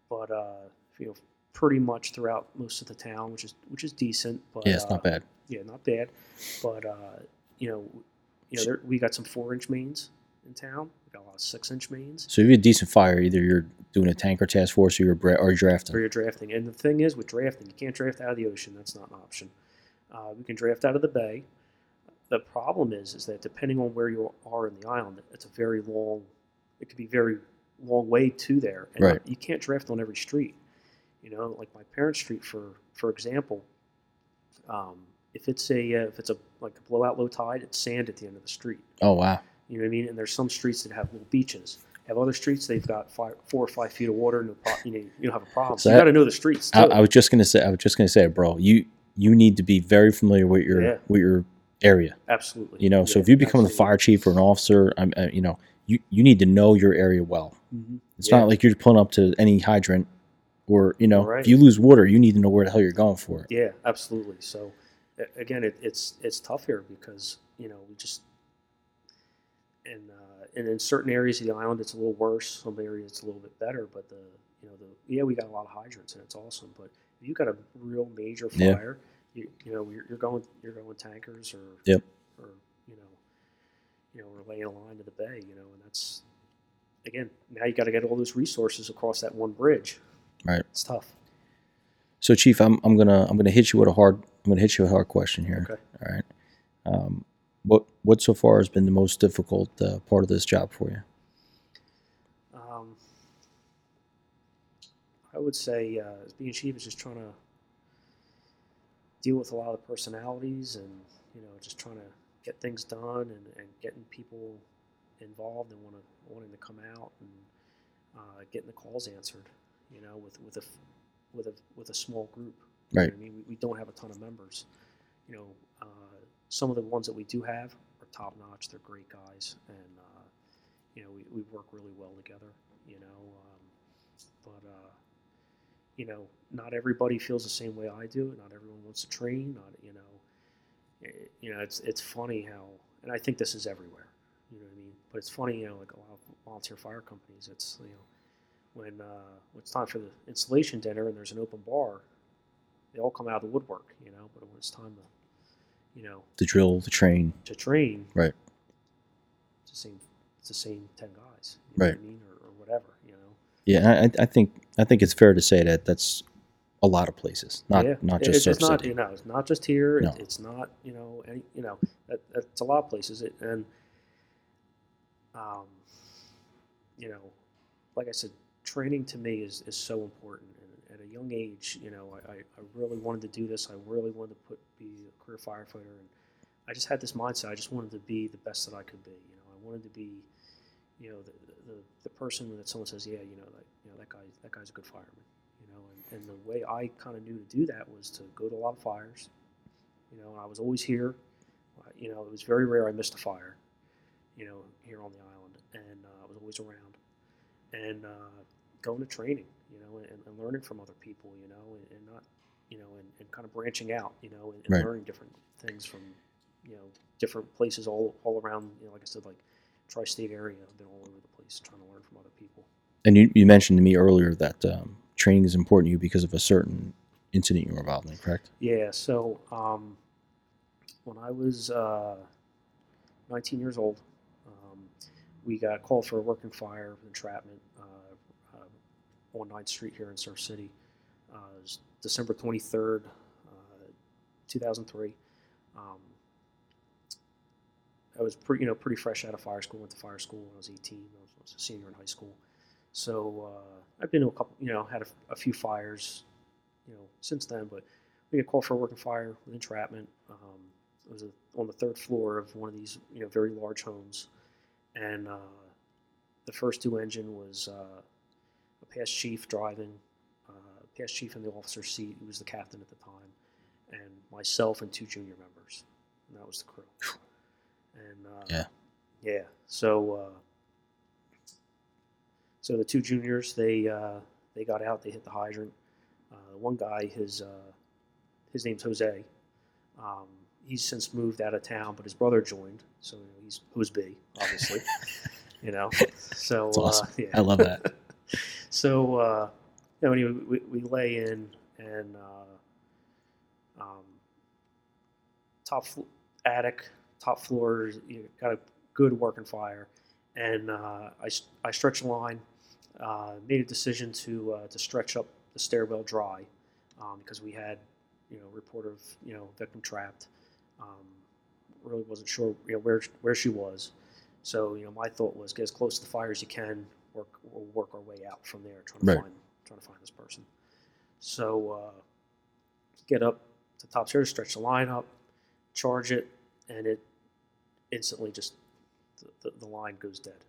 Speaker 2: but uh, you know pretty much throughout most of the town, which is which is decent. But
Speaker 1: Yeah, it's
Speaker 2: uh,
Speaker 1: not bad.
Speaker 2: yeah, not bad. But uh, you know, you know, there, we got some four-inch mains in town. We got a lot of six-inch mains
Speaker 1: So if you have a decent fire, either you're doing a tanker task force or you're, bra- or you're
Speaker 2: for
Speaker 1: drafting.
Speaker 2: your drafting. And the thing is, with drafting, you can't draft out of the ocean. That's not an option. Uh, we can draft out of the bay. The problem is, is that depending on where you are in the island, it's a very long. It could be very long way to there, and
Speaker 1: Right.
Speaker 2: you can't draft on every street. You know, like my parents' street, for for example, um, if it's a uh, if it's a like a blowout low tide, it's sand at the end of the street.
Speaker 1: Oh, wow.
Speaker 2: You know what I mean? And there's some streets that have little beaches. Have other streets they've got five, four or five feet of water, no pro- you know you don't have a problem. So,
Speaker 1: So
Speaker 2: you
Speaker 1: that-
Speaker 2: got to know the streets. Too.
Speaker 1: I, I was just gonna say. I was just gonna say, bro. You you need to be very familiar with your
Speaker 2: Yeah.
Speaker 1: with your area.
Speaker 2: absolutely.
Speaker 1: You know, so
Speaker 2: Yeah,
Speaker 1: if you become the
Speaker 2: absolutely.
Speaker 1: fire chief or an officer, I'm, uh, you know, you you need to know your area well.
Speaker 2: Mhm.
Speaker 1: It's
Speaker 2: Yeah.
Speaker 1: not like you're pulling up to any hydrant, or you know,
Speaker 2: Right.
Speaker 1: if you lose water, you need to know where the hell you're going for it.
Speaker 2: Yeah, absolutely. So a- again, it, it's it's tough here because you know we just and uh, and in certain areas of the island it's a little worse. Some areas it's a little bit better, but the you know the yeah we got a lot of hydrants and it's awesome. But if you got a real major
Speaker 1: Yeah.
Speaker 2: fire, you, you know you're, you're going you're going tankers or
Speaker 1: Yep.
Speaker 2: or you know you know we're laying a line to the bay. You know, and that's again now you got to get all those resources across that one bridge.
Speaker 1: Right.
Speaker 2: it's tough.
Speaker 1: So, chief, I'm I'm gonna I'm gonna hit you with a hard I'm gonna hit you with a hard question here.
Speaker 2: Okay.
Speaker 1: All right. Um, what what so far has been the most difficult uh, part of this job for you?
Speaker 2: Um, I would say uh, being chief is just trying to deal with a lot of the personalities and you know just trying to get things done and, and getting people involved and want to, wanting to come out and uh, getting the calls answered. You know, with with a f- with a with a small group. You know
Speaker 1: Right.
Speaker 2: what I mean, we, we don't have a ton of members. You know, uh, some of the ones that we do have are top notch. They're great guys, and uh, you know, we, we work really well together, you know. Um, but, uh, you know, not everybody feels the same way I do. Not everyone wants to train. Not, you know, it, you know, it's, it's funny how, and I think this is everywhere, you know what I mean? But it's funny, you know, like a lot of volunteer fire companies, it's, you know, when, uh, when it's time for the installation dinner and there's an open bar, they all come out of the woodwork, you know, but when it's time to, you know,
Speaker 1: The drill, the train.
Speaker 2: to train.
Speaker 1: Right.
Speaker 2: It's the same. It's the same ten guys. You know
Speaker 1: Right.
Speaker 2: What I mean, or, or whatever. You know.
Speaker 1: Yeah, I, I think I think it's fair to say that that's a lot of places, not
Speaker 2: yeah.
Speaker 1: not
Speaker 2: It-
Speaker 1: just
Speaker 2: it's, it's
Speaker 1: Surf
Speaker 2: not.
Speaker 1: City.
Speaker 2: You know, it's not just here. It-
Speaker 1: No.
Speaker 2: it's not. You know. Any, you know. That, that's a lot of places. It, and, um, you know, like I said, training to me is is so important. And at a young age, you know, I, I, I really wanted to do this. I really wanted to put be a career firefighter and I just had this mindset. I just wanted to be the best that I could be. You know, I wanted to be, you know, the the, the person that someone says, yeah, you know, that you know that guy that guy's a good fireman. You know, and, and the way I kind of knew to do that was to go to a lot of fires. You know, and I was always here. Uh, You know, it was very rare I missed a fire. You know, here on the island, and uh, I was always around, and uh, going to training. You know, and, and learning from other people. You know, and, and not, you know, and, and kind of branching out. You know, and, and
Speaker 1: Right.
Speaker 2: learning different things from you know, different places all, all around, you know, like I said, like tri-state area. I've been all over the place trying to learn from other people.
Speaker 1: And you, you mentioned to me earlier that um, training is important to you because of a certain incident you were involved in, correct?
Speaker 2: Yeah. So, um, when I was, uh, 19 years old, um, we got called for a working fire entrapment, uh, uh, on 9th Street here in Surf City. Uh, it was December 23rd, uh, 2003. Um, I was pretty, you know, pretty fresh out of fire school. Went to fire school when I was 18. I was, I was a senior in high school. So uh, I've been to a couple, you know, had a, a few fires, you know, since then. But we got called for a working fire with entrapment. Um, it was a, on the third floor of one of these, you know, very large homes, and uh, the first two engine was uh, a past chief driving, uh, past chief in the officer's seat, who was the captain at the time, and myself and two junior members, and that was the crew. And uh,
Speaker 1: Yeah.
Speaker 2: yeah. So uh, so the two juniors they uh, they got out. They hit the hydrant. Uh, one guy, his uh, his name's Jose. Um, he's since moved out of town, but his brother joined, so you know, he's Jose, obviously. you know, so
Speaker 1: That's awesome.
Speaker 2: uh, yeah.
Speaker 1: I love that.
Speaker 2: So, uh, you know, anyway, we, we lay in and uh, um, top fl- attic, top floor, you know, got a good working fire, and uh, I s- I stretched a line, uh, made a decision to uh, to stretch up the stairwell dry um, because we had you know report of you know victim trapped. Um, really wasn't sure you know, where where she was. So you know, my thought was get as close to the fire as you can. Work we'll work our way out from there, trying to
Speaker 1: Right.
Speaker 2: find trying to find this person. So uh, get up to top stairs, stretch the line up, charge it, and it instantly just the, the, the line goes dead.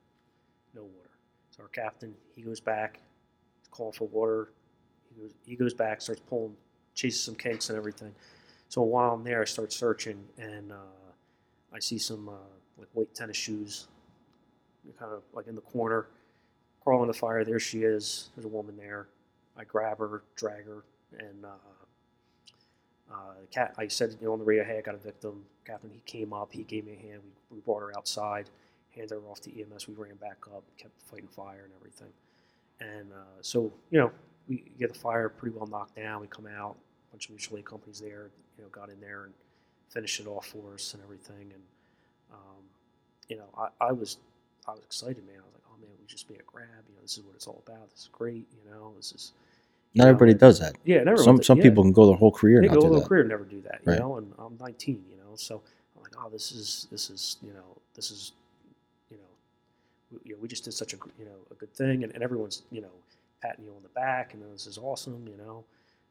Speaker 2: No water. So our captain he goes back, he's calling for water. He goes he goes back, starts pulling, chases some kinks and everything. So while I'm there, I start searching and. Uh, I see some uh, like white tennis shoes, kind of like in the corner, crawling the fire. There she is. There's a woman there. I grab her, drag her, and uh, uh, the cat. I said, you know, on the radio, hey, I got a victim. Captain, he came up. He gave me a hand. We, we brought her outside, handed her off to EMS. We ran back up, kept fighting fire and everything. And uh, so, you know, we get the fire pretty well knocked down. We come out. A bunch of mutual aid companies there, you know, got in there and finished it off for us and everything. And um, you know, I, I was I was excited, man. I was like, oh man, we just made a grab. You know, this is what it's all about. This is great. You know, this is
Speaker 1: Not everybody does that.
Speaker 2: yeah. Never
Speaker 1: Some some people can go their whole career and
Speaker 2: Maybe
Speaker 1: not
Speaker 2: all
Speaker 1: do
Speaker 2: their
Speaker 1: that.
Speaker 2: career and never do that, you
Speaker 1: Right.
Speaker 2: know. And I'm 19, you know, so I'm like, oh, this is this is you know this is you know we, you know, we just did such a gr- you know a good thing, and, and everyone's you know patting you on the back, and "Oh, this is awesome, you know,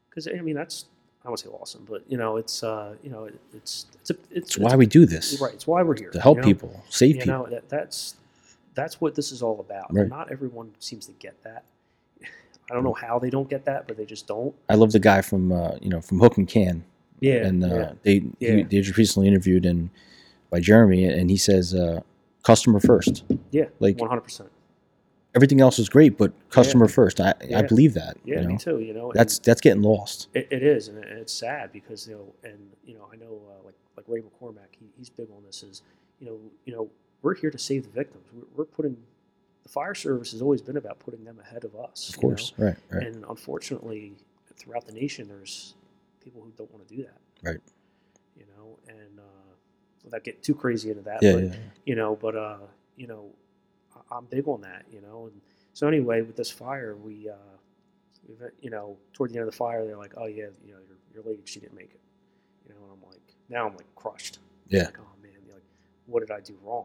Speaker 2: because I mean that's I won't say awesome, but you know it's uh you know it, it's it's a, it's,
Speaker 1: It's why we do this.
Speaker 2: right it's why we're here
Speaker 1: To help
Speaker 2: you know?
Speaker 1: people, save
Speaker 2: you
Speaker 1: people.
Speaker 2: know that, that's that's what this is all about
Speaker 1: Right. Mm.
Speaker 2: not everyone seems to get that i don't know how they don't get that but they just don't
Speaker 1: I love the guy from uh, you know from Hook and Can,
Speaker 2: yeah
Speaker 1: and uh,
Speaker 2: yeah.
Speaker 1: they
Speaker 2: Yeah.
Speaker 1: He, they just recently interviewed and by Jeremy, and he says uh, customer first.
Speaker 2: yeah
Speaker 1: like-
Speaker 2: 100%
Speaker 1: Everything else is great, but customer first. I I
Speaker 2: Yeah.
Speaker 1: believe that.
Speaker 2: yeah
Speaker 1: you know?
Speaker 2: me too you know and
Speaker 1: That's that's getting lost.
Speaker 2: it, it is and, it, and it's sad because you know and you know i know uh, like like ray mccormack he, he's big on this is you know you know we're here to save the victims we're, we're putting the fire service has always been about putting them ahead of us
Speaker 1: Of
Speaker 2: you know?
Speaker 1: course. Right. Right.
Speaker 2: And unfortunately, throughout the nation, there's people who don't want to do that.
Speaker 1: Right.
Speaker 2: You know, and uh, without getting too crazy into that,
Speaker 1: yeah,
Speaker 2: but,
Speaker 1: yeah. yeah.
Speaker 2: you know, but uh, you know, I- I'm big on that, you know. And so anyway, with this fire, we, uh, we've, you know, toward the end of the fire, they're like, oh yeah, you know, your, your lady, she didn't make it, you know. And I'm like, now I'm like crushed.
Speaker 1: Yeah.
Speaker 2: Like, oh man, like, what did I do wrong?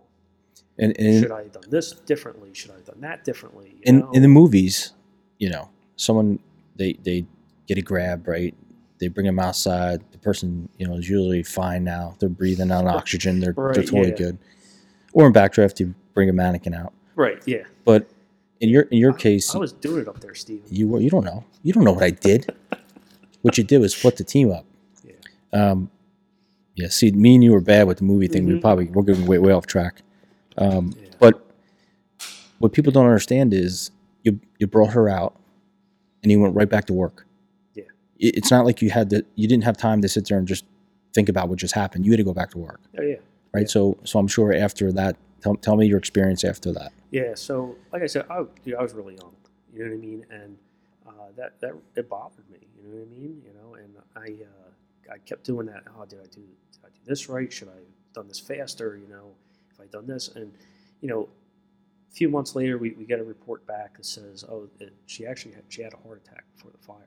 Speaker 1: And and
Speaker 2: Should I have done this differently? Should I have done that differently? You
Speaker 1: in
Speaker 2: know?
Speaker 1: in the movies, you know, someone they they get a grab, right? They bring them outside. The person, you know, is usually fine now. They're breathing on oxygen. They're
Speaker 2: Right,
Speaker 1: they're totally
Speaker 2: yeah.
Speaker 1: good. Or in backdraft, you bring a mannequin out.
Speaker 2: right? Yeah.
Speaker 1: But in your in your
Speaker 2: I-
Speaker 1: case,
Speaker 2: I, was doing it up there, Steven.
Speaker 1: you were you don't know. You don't know what I did. what you did was split the team up.
Speaker 2: Yeah.
Speaker 1: Um, yeah. See, me and you were bad with the movie thing. We
Speaker 2: Mhm.
Speaker 1: probably we're getting way way off track. Um,
Speaker 2: Yeah.
Speaker 1: But what people don't understand is you you brought her out, and you went right back to work.
Speaker 2: Yeah.
Speaker 1: It- it's not like you had the you didn't have time to sit there and just think about what just happened. You had to go back to work,
Speaker 2: Oh yeah.
Speaker 1: right?
Speaker 2: Yeah.
Speaker 1: So so I'm sure after that, tell, tell me your experience after that.
Speaker 2: Yeah, so like I said, I, dude, I was really young. You know what I mean? And uh, that that it bothered me. You know what I mean? You know, and I uh, I kept doing that. Oh, did I do did I do this right? Should I have done this faster? You know, if I done this, and you know, a few months later, we, we get a report back that says, oh, it, she actually had, she had a heart attack before the fire.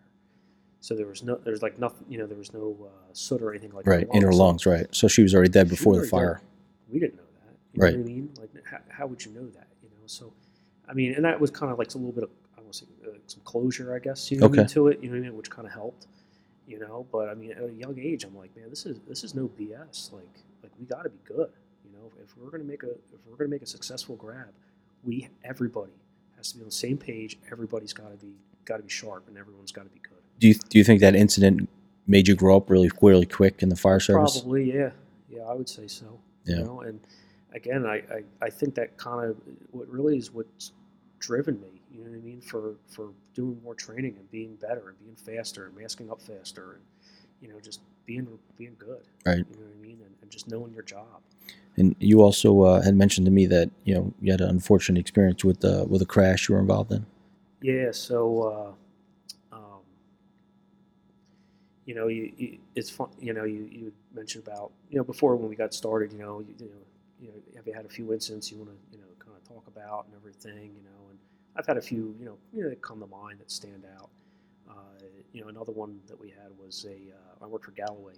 Speaker 2: So there was no there's like nothing. You know, there was no uh, soot or anything like
Speaker 1: Right in her lungs, right? So she was already dead
Speaker 2: She
Speaker 1: before the
Speaker 2: was already
Speaker 1: fire.
Speaker 2: dead. We didn't know that. You
Speaker 1: Right.
Speaker 2: know what I mean? Like, how, how would you know that? You know, so I mean, and that was kind of like a little bit of I want to say uh, some closure, I guess, you know, what I mean,
Speaker 1: Okay.
Speaker 2: to it. You know what I mean? Which kind of helped. You know, but I mean, at a young age, I'm like, man, this is this is no BS. Like, like we got to be good. You know, if we're gonna make a if we're gonna make a successful grab, we everybody has to be on the same page. Everybody's got to be got to be sharp, and everyone's got to be good.
Speaker 1: Do you do you think that incident made you grow up really really quick in the fire service?
Speaker 2: Probably, yeah. Yeah, I would say so.
Speaker 1: Yeah.
Speaker 2: You know, and again, I, I, I think that kind of what really is what's driven me, you know what I mean, for, for doing more training and being better and being faster and masking up faster and, you know, just being being good.
Speaker 1: Right.
Speaker 2: You know what I mean? And, and just knowing your job.
Speaker 1: And you also uh, had mentioned to me that you know you had an unfortunate experience with uh, with a crash you were involved in.
Speaker 2: Yeah, so uh, um, you know, you, you it's fun. You know, you, you mentioned about you know before when we got started. You know, you, you know, you know, have you had a few incidents you want to you know kind of talk about and everything? You know, and I've had a few you know you know that come to mind that stand out. Uh, you know, another one that we had was a uh, I worked for Galloway.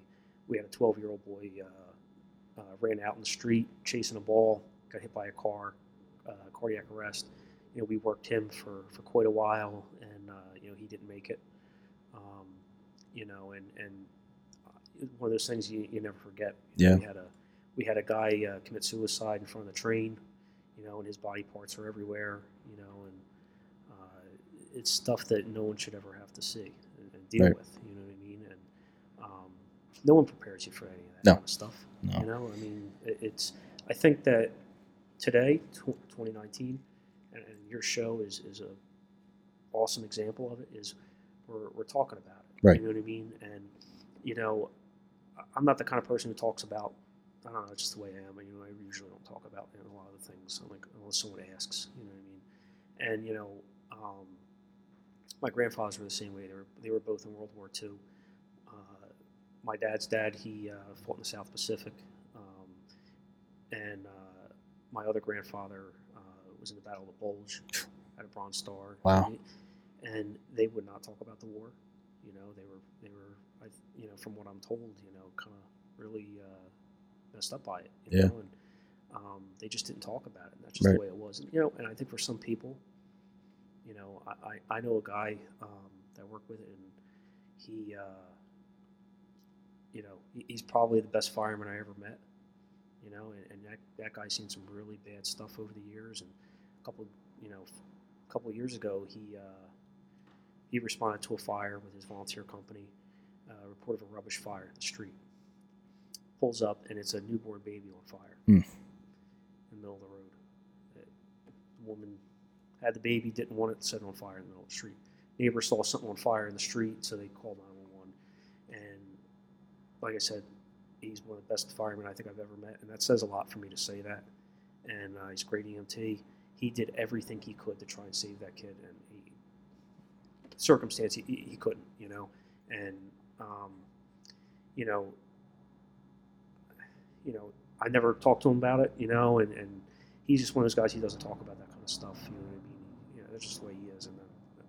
Speaker 2: We had a 12 year old boy uh, uh, ran out in the street chasing a ball, got hit by a car, uh, cardiac arrest you know, we worked him for, for quite a while, and uh, you know, he didn't make it. Um, you know, and and uh, one of those things you, you never forget. You know,
Speaker 1: Yeah.
Speaker 2: we had a we had a guy uh, commit suicide in front of the train. You know, and his body parts are everywhere. You know, and uh, it's stuff that no one should ever have to see and, and deal
Speaker 1: Right.
Speaker 2: with. You know what I mean? And um, no one prepares you for any of that
Speaker 1: No.
Speaker 2: kind of stuff.
Speaker 1: No.
Speaker 2: You know, I mean, it, it's. I think that today, tw 2019, and, and your show is is a awesome example of it. Is we're we're talking about it,
Speaker 1: Right.
Speaker 2: You know what I mean? And you know, I- I'm not the kind of person who talks about. I don't know, it's just the way I am. You know, I usually don't talk about you know, a lot of the things like unless someone asks. You know what I mean? And you know, um, my grandfathers were the same way. They were they were both in World War II. Uh, my dad's dad he uh, fought in the South Pacific, um, and uh, my other grandfather uh, was in the Battle of the Bulge at a Bronze Star.
Speaker 1: Wow.
Speaker 2: And, and they would not talk about the war. You know, they were they were, I, you know, from what I'm told, you know, kind of really uh, messed up by it. You
Speaker 1: Yeah.
Speaker 2: Know? And um, they just didn't talk about it. And that's just
Speaker 1: Right.
Speaker 2: the way it was. And, you know, and I think for some people, you know, I, I, I know a guy um, that I work with, and he, uh, you know, he- he's probably the best fireman I ever met. You know, and, and that, that guy's seen some really bad stuff over the years. And a couple, you know, a couple of years ago, he uh, he responded to a fire with his volunteer company, uh, report of a rubbish fire in the street. Pulls up, and it's a newborn baby on fire
Speaker 1: Hmm.
Speaker 2: in the middle of the road. Uh, The woman had the baby, didn't want it, set it on fire in the middle of the street. Neighbor saw something on fire in the street, so they called 911. And like I said, he's one of the best firemen I think I've ever met, and that says a lot for me to say that. And uh, he's a great EMT. He did everything he could to try and save that kid, and he circumstance he, he he couldn't, you know, and um, you know, you know, I never talked to him about it, you know, and, and he's just one of those guys. He doesn't talk about that kind of stuff. You know what I mean? You know, that's just the way he is. And uh,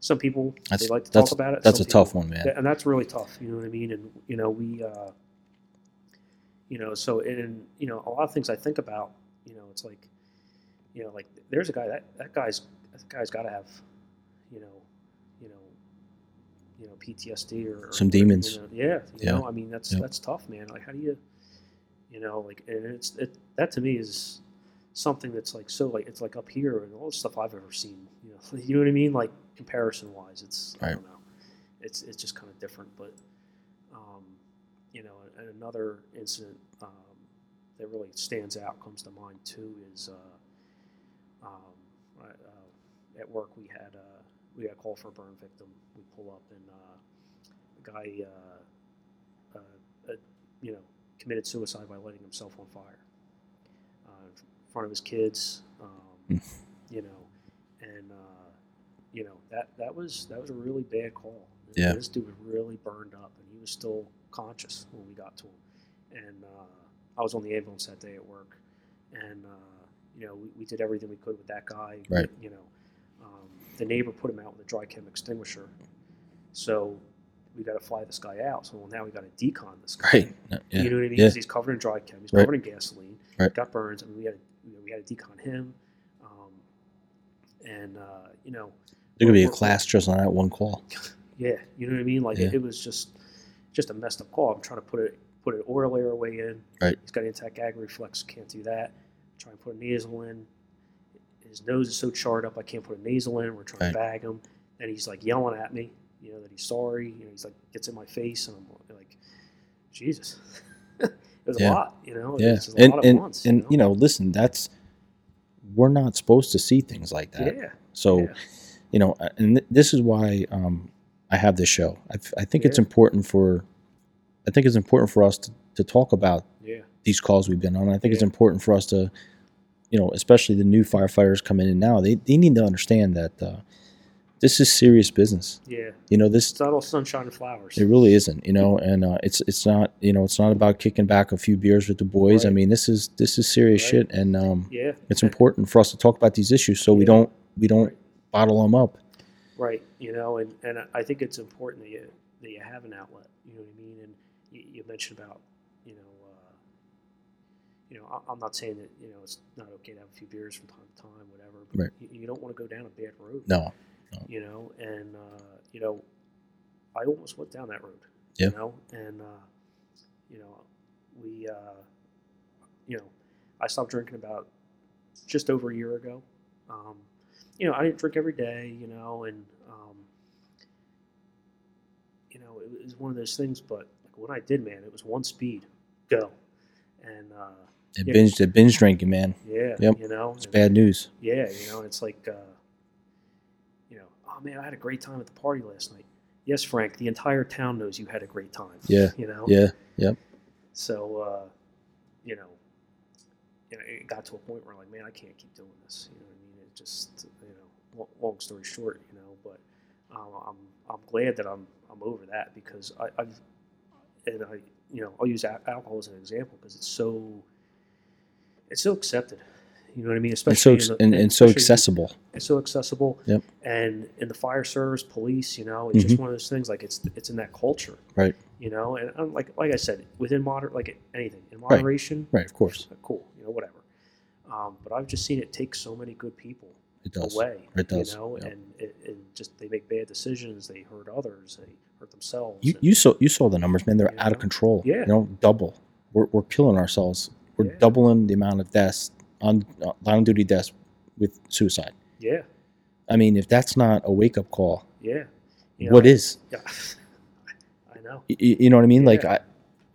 Speaker 2: some people
Speaker 1: That's-
Speaker 2: they like to
Speaker 1: that's-
Speaker 2: talk about it.
Speaker 1: That's a
Speaker 2: some people-
Speaker 1: tough one, man.
Speaker 2: Th- and that's really tough. You know what I mean? And you know, we, uh, you know, so and you know, a lot of things I think about. You know, it's like, you know, like there's a guy that that guy's that guy's got to have, you know, you know, you know PTSD or or-
Speaker 1: Some
Speaker 2: or,
Speaker 1: demons.
Speaker 2: You know, yeah, you
Speaker 1: Yeah.
Speaker 2: know, I mean that's
Speaker 1: Yeah.
Speaker 2: that's tough, man. Like, how do you, you know, like, and it's it, that to me is something that's like so like it's like up here and all the stuff I've ever seen. You know, you know what I mean? Like comparison wise, it's I
Speaker 1: Right.
Speaker 2: don't know, it's it's just kind of different. But um, you know, and another incident um, that really stands out comes to mind too is uh, um, I, uh, at work we had uh, we got a call for a burn victim. We pull up and uh, a guy uh, uh, uh, you know committed suicide by lighting himself on fire uh, in front of his kids.
Speaker 1: Hmm.
Speaker 2: Um, you know, and uh, you know that that was that was a really bad call. And
Speaker 1: Yeah.
Speaker 2: this dude was really burned up, and he was still conscious when we got to him. And uh, I was on the ambulance that day at work, and uh, you know we, we did everything we could with that guy.
Speaker 1: Right.
Speaker 2: You know, um, the neighbor put him out with a dry chem extinguisher, so we got to fly this guy out. So now we got to decon this guy.
Speaker 1: Right. Yeah.
Speaker 2: You know what I mean?
Speaker 1: Yeah.
Speaker 2: 'Cause He's covered in dry chem. He's
Speaker 1: Right.
Speaker 2: covered in gasoline.
Speaker 1: Right.
Speaker 2: Got Burns. I mean, we had you know, we had to decon him, um, and uh, you know,
Speaker 1: There could be a class just on that one call.
Speaker 2: yeah, you know what I mean. Like
Speaker 1: Yeah.
Speaker 2: it, it was just just a messed up call. I'm trying to put it put an oral airway in.
Speaker 1: Right.
Speaker 2: He's got intact gag reflex. Can't do that. Trying to put a nasal in. His nose is so charred up. I can't put a nasal in. We're trying to bag him, and he's like yelling at me. You know that he's sorry. You know he's like gets in my face, and I'm like, Jesus. it was
Speaker 1: Yeah.
Speaker 2: a lot, you know.
Speaker 1: Yeah,
Speaker 2: It was a
Speaker 1: and
Speaker 2: lot of
Speaker 1: and,
Speaker 2: months,
Speaker 1: and you know, listen, that's we're not supposed to see things like that.
Speaker 2: yeah,
Speaker 1: so,
Speaker 2: yeah.
Speaker 1: you know, uh, and th- this is why um, I have this show. I, f- I think it's
Speaker 2: Yeah.
Speaker 1: important for, I think it's important for us to, to talk about
Speaker 2: yeah,
Speaker 1: these calls we've been on. I think it's
Speaker 2: Yeah.
Speaker 1: important for us to, you know, especially the new firefighters coming in now. They they need to understand that uh, this is serious business.
Speaker 2: yeah.
Speaker 1: You know, this
Speaker 2: It's not all sunshine and flowers.
Speaker 1: it really isn't, you know, and uh, it's it's not, you know, it's not about kicking back a few beers with the boys. I
Speaker 2: Right.
Speaker 1: mean, this is this is serious
Speaker 2: Right.
Speaker 1: shit, and um,
Speaker 2: Yeah,
Speaker 1: it's important for us to talk about these issues so we
Speaker 2: Yeah.
Speaker 1: don't we don't bottle them up.
Speaker 2: Right. You know, and, and I think it's important that you, that you have an outlet. You know what I mean? And you, you mentioned about, you know, uh, you know, I, I'm not saying that, you know, it's not okay to have a few beers from time to time, whatever, but
Speaker 1: Right.
Speaker 2: you, you don't want to go down a bad road.
Speaker 1: No,
Speaker 2: You know, and, uh, you know, I almost went down that road.
Speaker 1: Yeah.
Speaker 2: You know, and, uh, you know, we, uh, you know, I stopped drinking about just over a year ago. Um, you know, I didn't drink every day, you know, and, um, you know, it was one of those things, but like when I did, man, it was one speed, go. And, uh,
Speaker 1: it
Speaker 2: Yeah.
Speaker 1: binge it binge drinking, man.
Speaker 2: yeah,
Speaker 1: Yep.
Speaker 2: you know,
Speaker 1: It's
Speaker 2: and-
Speaker 1: bad news.
Speaker 2: yeah, you know, it's like, uh, you know, oh man, I had a great time at the party last night. Yes, Frank, the entire town knows you had a great time.
Speaker 1: Yeah,
Speaker 2: You know?
Speaker 1: Yeah,
Speaker 2: So, uh, you know, you know, it got to a point where like, man, I can't keep doing this. You know what I mean? It just, you know, long, long story short, you know, but um, I'm I'm glad that I'm I'm over that because I, I've and I you know I'll use al- alcohol as an example because it's so it's so accepted. You know what I mean?
Speaker 1: and so
Speaker 2: Especially
Speaker 1: ex-
Speaker 2: in the-
Speaker 1: and, and so
Speaker 2: especially in-
Speaker 1: accessible.
Speaker 2: it's so accessible.
Speaker 1: Yep. Mm-hmm.
Speaker 2: And in the fire service, police, you know, it's just one of those things. Like it's it's in that culture,
Speaker 1: Right.
Speaker 2: You know, and um, like like I said, within moder like anything in
Speaker 1: Right.
Speaker 2: moderation, uh,
Speaker 1: Right, of course
Speaker 2: cool, you know, whatever. Um, but I've just seen it take so many good people
Speaker 1: it does.
Speaker 2: away.
Speaker 1: It does,
Speaker 2: You know,
Speaker 1: yep.
Speaker 2: and it, and just they make bad decisions. They hurt others. They hurt themselves.
Speaker 1: You,
Speaker 2: and-
Speaker 1: you saw you saw the numbers, man. They're
Speaker 2: You
Speaker 1: out of
Speaker 2: know?
Speaker 1: control.
Speaker 2: Yeah.
Speaker 1: you know, double. We're, we're killing ourselves. We're
Speaker 2: Yeah.
Speaker 1: doubling the amount of deaths on on duty deaths with suicide.
Speaker 2: yeah,
Speaker 1: I mean, if that's not a wake up call,
Speaker 2: yeah. You
Speaker 1: what
Speaker 2: know,
Speaker 1: is?
Speaker 2: Yeah, I know.
Speaker 1: Y- y- You know what I mean? Like,
Speaker 2: Yeah.
Speaker 1: I,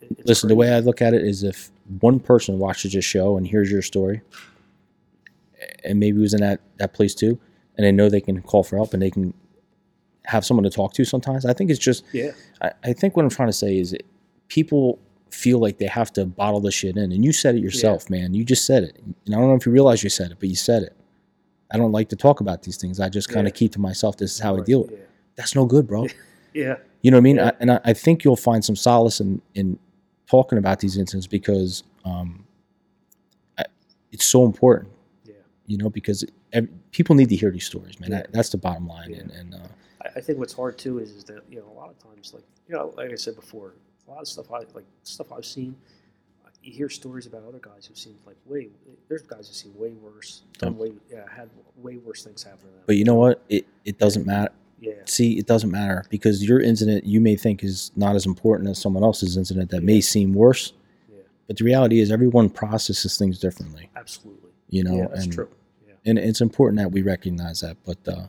Speaker 2: It- it's
Speaker 1: listen, the way
Speaker 2: crazy.
Speaker 1: I look at it is if one person watches this show and hears your story, and maybe was in that, that place too, and they know they can call for help and they can have someone to talk to sometimes, I think it's just
Speaker 2: yeah,
Speaker 1: I, I think what I'm trying to say is it, people feel like they have to bottle the shit in. And you said it yourself, man. You just said it. And I don't know if you realize you said it, but you said it. I don't like to talk about these things. I just kind of
Speaker 2: Yeah.
Speaker 1: keep to myself. This is how I
Speaker 2: Right,
Speaker 1: deal with it. That's no good, bro.
Speaker 2: Yeah, yeah,
Speaker 1: You know what I mean?
Speaker 2: Yeah.
Speaker 1: I, and I, I think you'll find some solace in, in talking about these incidents because um, I, it's so important,
Speaker 2: yeah.
Speaker 1: you know, because ev- people need to hear these stories, man.
Speaker 2: Yeah.
Speaker 1: I, that's the bottom line.
Speaker 2: Yeah.
Speaker 1: And, and uh,
Speaker 2: I, I think what's hard too is, is that you know a lot of times like you know like I said before a lot of stuff I like stuff I've seen you hear stories about other guys who seem like way there's guys who seem way worse done way yeah had way worse things happen to them
Speaker 1: but you know what? It, it doesn't matter.
Speaker 2: yeah
Speaker 1: see it doesn't matter because your incident you may think is not as important as someone else's incident that may
Speaker 2: Yeah.
Speaker 1: seem worse
Speaker 2: yeah
Speaker 1: but the reality is everyone processes things differently
Speaker 2: absolutely
Speaker 1: you know
Speaker 2: yeah that's
Speaker 1: and,
Speaker 2: true yeah
Speaker 1: and it's important that we recognize that but uh,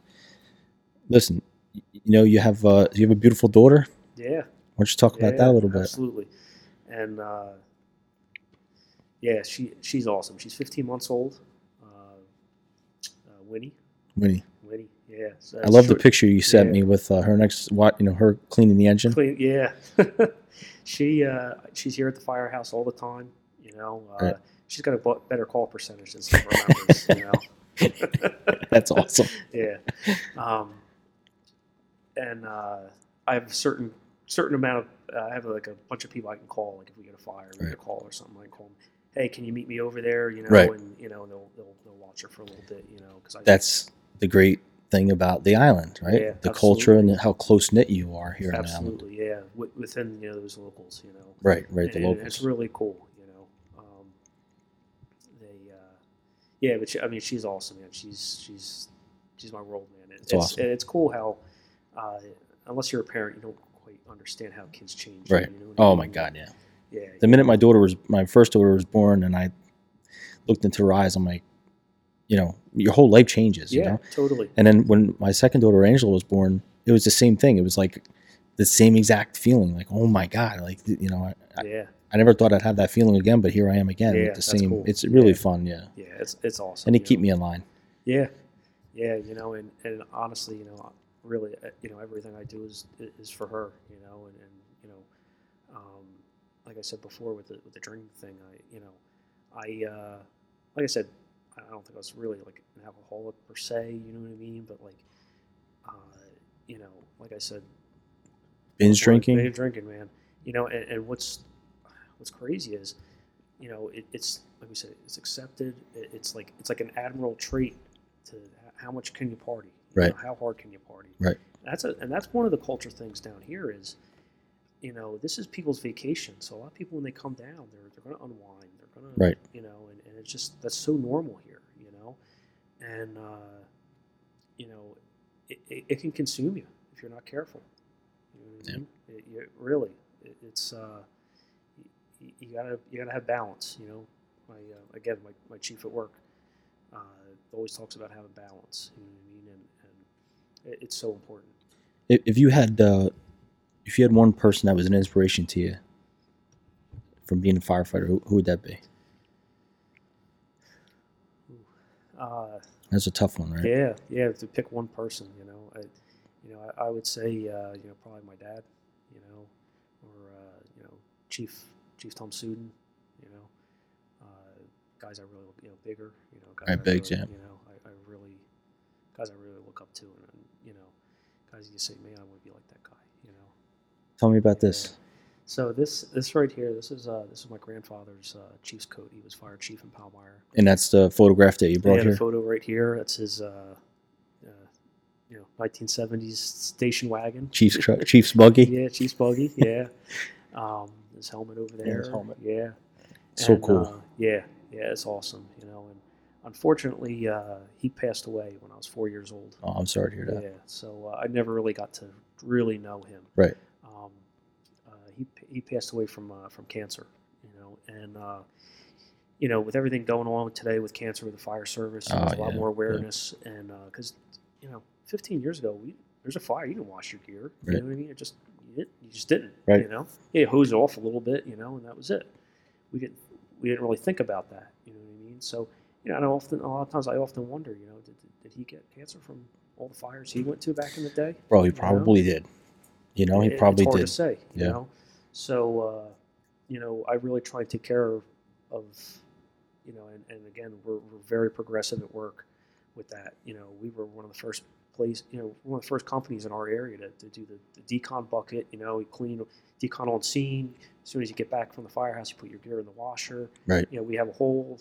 Speaker 1: listen y- you know you have uh, you have a beautiful daughter
Speaker 2: yeah
Speaker 1: why don't you talk about
Speaker 2: Yeah,
Speaker 1: that a little bit
Speaker 2: Absolutely. And uh, yeah, she she's awesome. She's 15 months old. Uh, uh, Winnie,
Speaker 1: winnie
Speaker 2: Winnie. Yeah. So
Speaker 1: i
Speaker 2: that's
Speaker 1: love the
Speaker 2: short-
Speaker 1: picture you sent
Speaker 2: yeah.
Speaker 1: me with uh, her next what you know her cleaning the engine
Speaker 2: Clean, yeah. she uh, she's here at the firehouse all the time. You know, uh,
Speaker 1: Right.
Speaker 2: she's got a bu- better call percentage than some of our members. you know.
Speaker 1: that's awesome
Speaker 2: yeah. Um, and uh, I have a certain certain amount of uh, I have like a bunch of people I can call. Like if we get a fire, we get
Speaker 1: Right.
Speaker 2: a call or something. I can call them. Hey, can you meet me over there? You know,
Speaker 1: Right.
Speaker 2: and you know they'll, they'll they'll watch her for a little bit. You know, because I
Speaker 1: that's the great thing about the island right
Speaker 2: Yeah,
Speaker 1: the culture and how close knit you are here on the island
Speaker 2: absolutely yeah wi- within you know those locals. You know,
Speaker 1: right right the
Speaker 2: And
Speaker 1: locals
Speaker 2: It's really cool. You know, um, Yeah, but she, I mean, she's awesome, man. She's she's she's my world, man. It,
Speaker 1: That's
Speaker 2: it's
Speaker 1: awesome.
Speaker 2: and it's cool how, uh, unless you're a parent, you don't quite understand how kids change.
Speaker 1: Right.
Speaker 2: You know what I
Speaker 1: Oh my
Speaker 2: mean?
Speaker 1: God, yeah.
Speaker 2: Yeah.
Speaker 1: The minute my daughter was, my first daughter was born, and I looked into her eyes, I'm like, you know, your whole life changes. You
Speaker 2: yeah.
Speaker 1: know?
Speaker 2: Totally.
Speaker 1: And then when my second daughter Angela was born, it was the same thing. It was like the same exact feeling. Like, oh my god, like you know, I, I,
Speaker 2: Yeah.
Speaker 1: I never thought I'd have that feeling again, but here I am again
Speaker 2: Yeah,
Speaker 1: with the
Speaker 2: that's
Speaker 1: same.
Speaker 2: cool.
Speaker 1: It's really
Speaker 2: Yeah.
Speaker 1: fun, yeah.
Speaker 2: Yeah. It's it's awesome.
Speaker 1: And it
Speaker 2: you
Speaker 1: keep
Speaker 2: know?
Speaker 1: me in line.
Speaker 2: Yeah, yeah, you know, and, and honestly, you know, really, uh, you know, everything I do is is for her, you know, and, and you know, um, like I said before with the with the drink thing, I you know, I uh, like I said, I don't think I was really like an alcoholic per se, you know what I mean, but like, uh, you know, like I said,
Speaker 1: Binge
Speaker 2: before,
Speaker 1: drinking.
Speaker 2: binge drinking, man, you know, and, and what's what's crazy is, you know, it, it's like we said, it's accepted. It, it's like it's like an admiral trait to h- how much can you party, you
Speaker 1: Right.
Speaker 2: know, how hard can you party?
Speaker 1: Right.
Speaker 2: That's a and that's one of the culture things down here is, you know, this is people's vacation. So a lot of people when they come down, they're they're gonna unwind, they're gonna,
Speaker 1: Right.
Speaker 2: you know, and, and it's just that's so normal here, you know, and uh, you know, it, it, it can consume you if you're not careful. You know what I
Speaker 1: Yeah.
Speaker 2: mean? It, you, really, it, it's. Uh, you, you gotta you gotta have balance. You know, my uh, again my, my chief at work uh, always talks about having balance. You know what I mean? And, and it, it's so important.
Speaker 1: If, if you had, uh, if you had one person that was an inspiration to you from being a firefighter, who, who would that be?
Speaker 2: Uh,
Speaker 1: That's a tough one, right?
Speaker 2: Yeah, yeah. To pick one person, you know, I, you know, I, I would say, uh, you know, probably my dad, you know, or uh, you know, Chief Chief Tom Suden, you know, uh, guys I really, look- you know, bigger, you know, guys
Speaker 1: Right,
Speaker 2: I
Speaker 1: Biggs,
Speaker 2: really-
Speaker 1: yeah.
Speaker 2: You know, I, I really, guys I really look up to, and, and you know, guys you say, man, I want to be like that guy, you know.
Speaker 1: Tell me about
Speaker 2: Yeah.
Speaker 1: this.
Speaker 2: So this this right here, this is uh, this is my grandfather's uh, chief's coat. He was fire chief in Palmyra.
Speaker 1: And that's the photograph that you
Speaker 2: They
Speaker 1: brought
Speaker 2: had a
Speaker 1: here.
Speaker 2: photo right here. That's his, uh, uh, you know, 1970s station wagon.
Speaker 1: Chief's truck, Chief's buggy.
Speaker 2: Yeah, Chiefs buggy. Yeah. um, his helmet over there.
Speaker 1: Yeah, his helmet.
Speaker 2: Yeah.
Speaker 1: So
Speaker 2: And,
Speaker 1: cool.
Speaker 2: uh, yeah, yeah, it's awesome. You know, and unfortunately, uh, he passed away when I was four years old.
Speaker 1: oh, I'm sorry to hear that.
Speaker 2: Yeah, so uh, I never really got to really know him.
Speaker 1: Right.
Speaker 2: Um, uh, he he passed away from uh, from cancer, you know, and uh, you know with everything going on today with cancer with the fire service,
Speaker 1: Oh,
Speaker 2: there's a lot
Speaker 1: yeah,
Speaker 2: more awareness, and because you know, 15 years ago, we there's a fire, you didn't wash your gear, you
Speaker 1: Right.
Speaker 2: know what I mean? It just you didn't- you just didn't,
Speaker 1: Right.
Speaker 2: you know. Yeah, it hosed off a little bit, you know, and that was it. We didn't we didn't really think about that, you know what I mean? So you know, and I often a lot of times I often wonder, you know, did, did he get cancer from all the fires he went to back in the day?
Speaker 1: Bro, he
Speaker 2: know?
Speaker 1: probably did. You know, he
Speaker 2: It-
Speaker 1: probably
Speaker 2: it's hard
Speaker 1: did.
Speaker 2: to say, you
Speaker 1: Yeah.
Speaker 2: know. So uh, you know, I really try and take care of, of you know, and, and again, we're, we're very progressive at work with that. You know, we were one of the first place, you know, one of the first companies in our area to, to do the, the decon bucket. You know, you clean decon on scene. As soon as you get back from the firehouse, you put your gear in the washer.
Speaker 1: Right.
Speaker 2: You know, we have a whole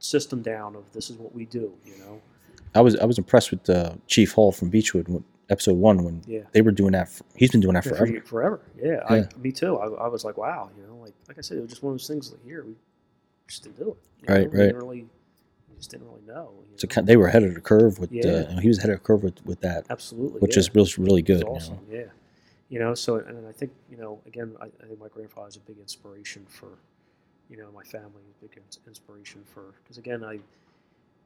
Speaker 2: system down of this is what we do. You know.
Speaker 1: I was I was impressed with uh, Chief Hall from Beechwood, when, episode one, when
Speaker 2: Yeah.
Speaker 1: they were doing that. For, he's been doing that
Speaker 2: Yeah,
Speaker 1: forever.
Speaker 2: For, forever. Yeah, I,
Speaker 1: Yeah.
Speaker 2: me too. I, I was like, wow, you know, like like I said, it was just one of those things. Like here, we just didn't do it. You
Speaker 1: Right,
Speaker 2: know, we
Speaker 1: right.
Speaker 2: Didn't really, we just didn't really know. you
Speaker 1: It's a
Speaker 2: know?
Speaker 1: kind- they were ahead of the curve with.
Speaker 2: Yeah.
Speaker 1: Uh, he was ahead of the curve with, with that,
Speaker 2: Absolutely,
Speaker 1: which
Speaker 2: yeah.
Speaker 1: is really really
Speaker 2: It was
Speaker 1: good.
Speaker 2: awesome. Yeah, you know. So and and I think you know again, I, I think my grandfather was a big inspiration for, you know, my family. A big ins- inspiration for because again, I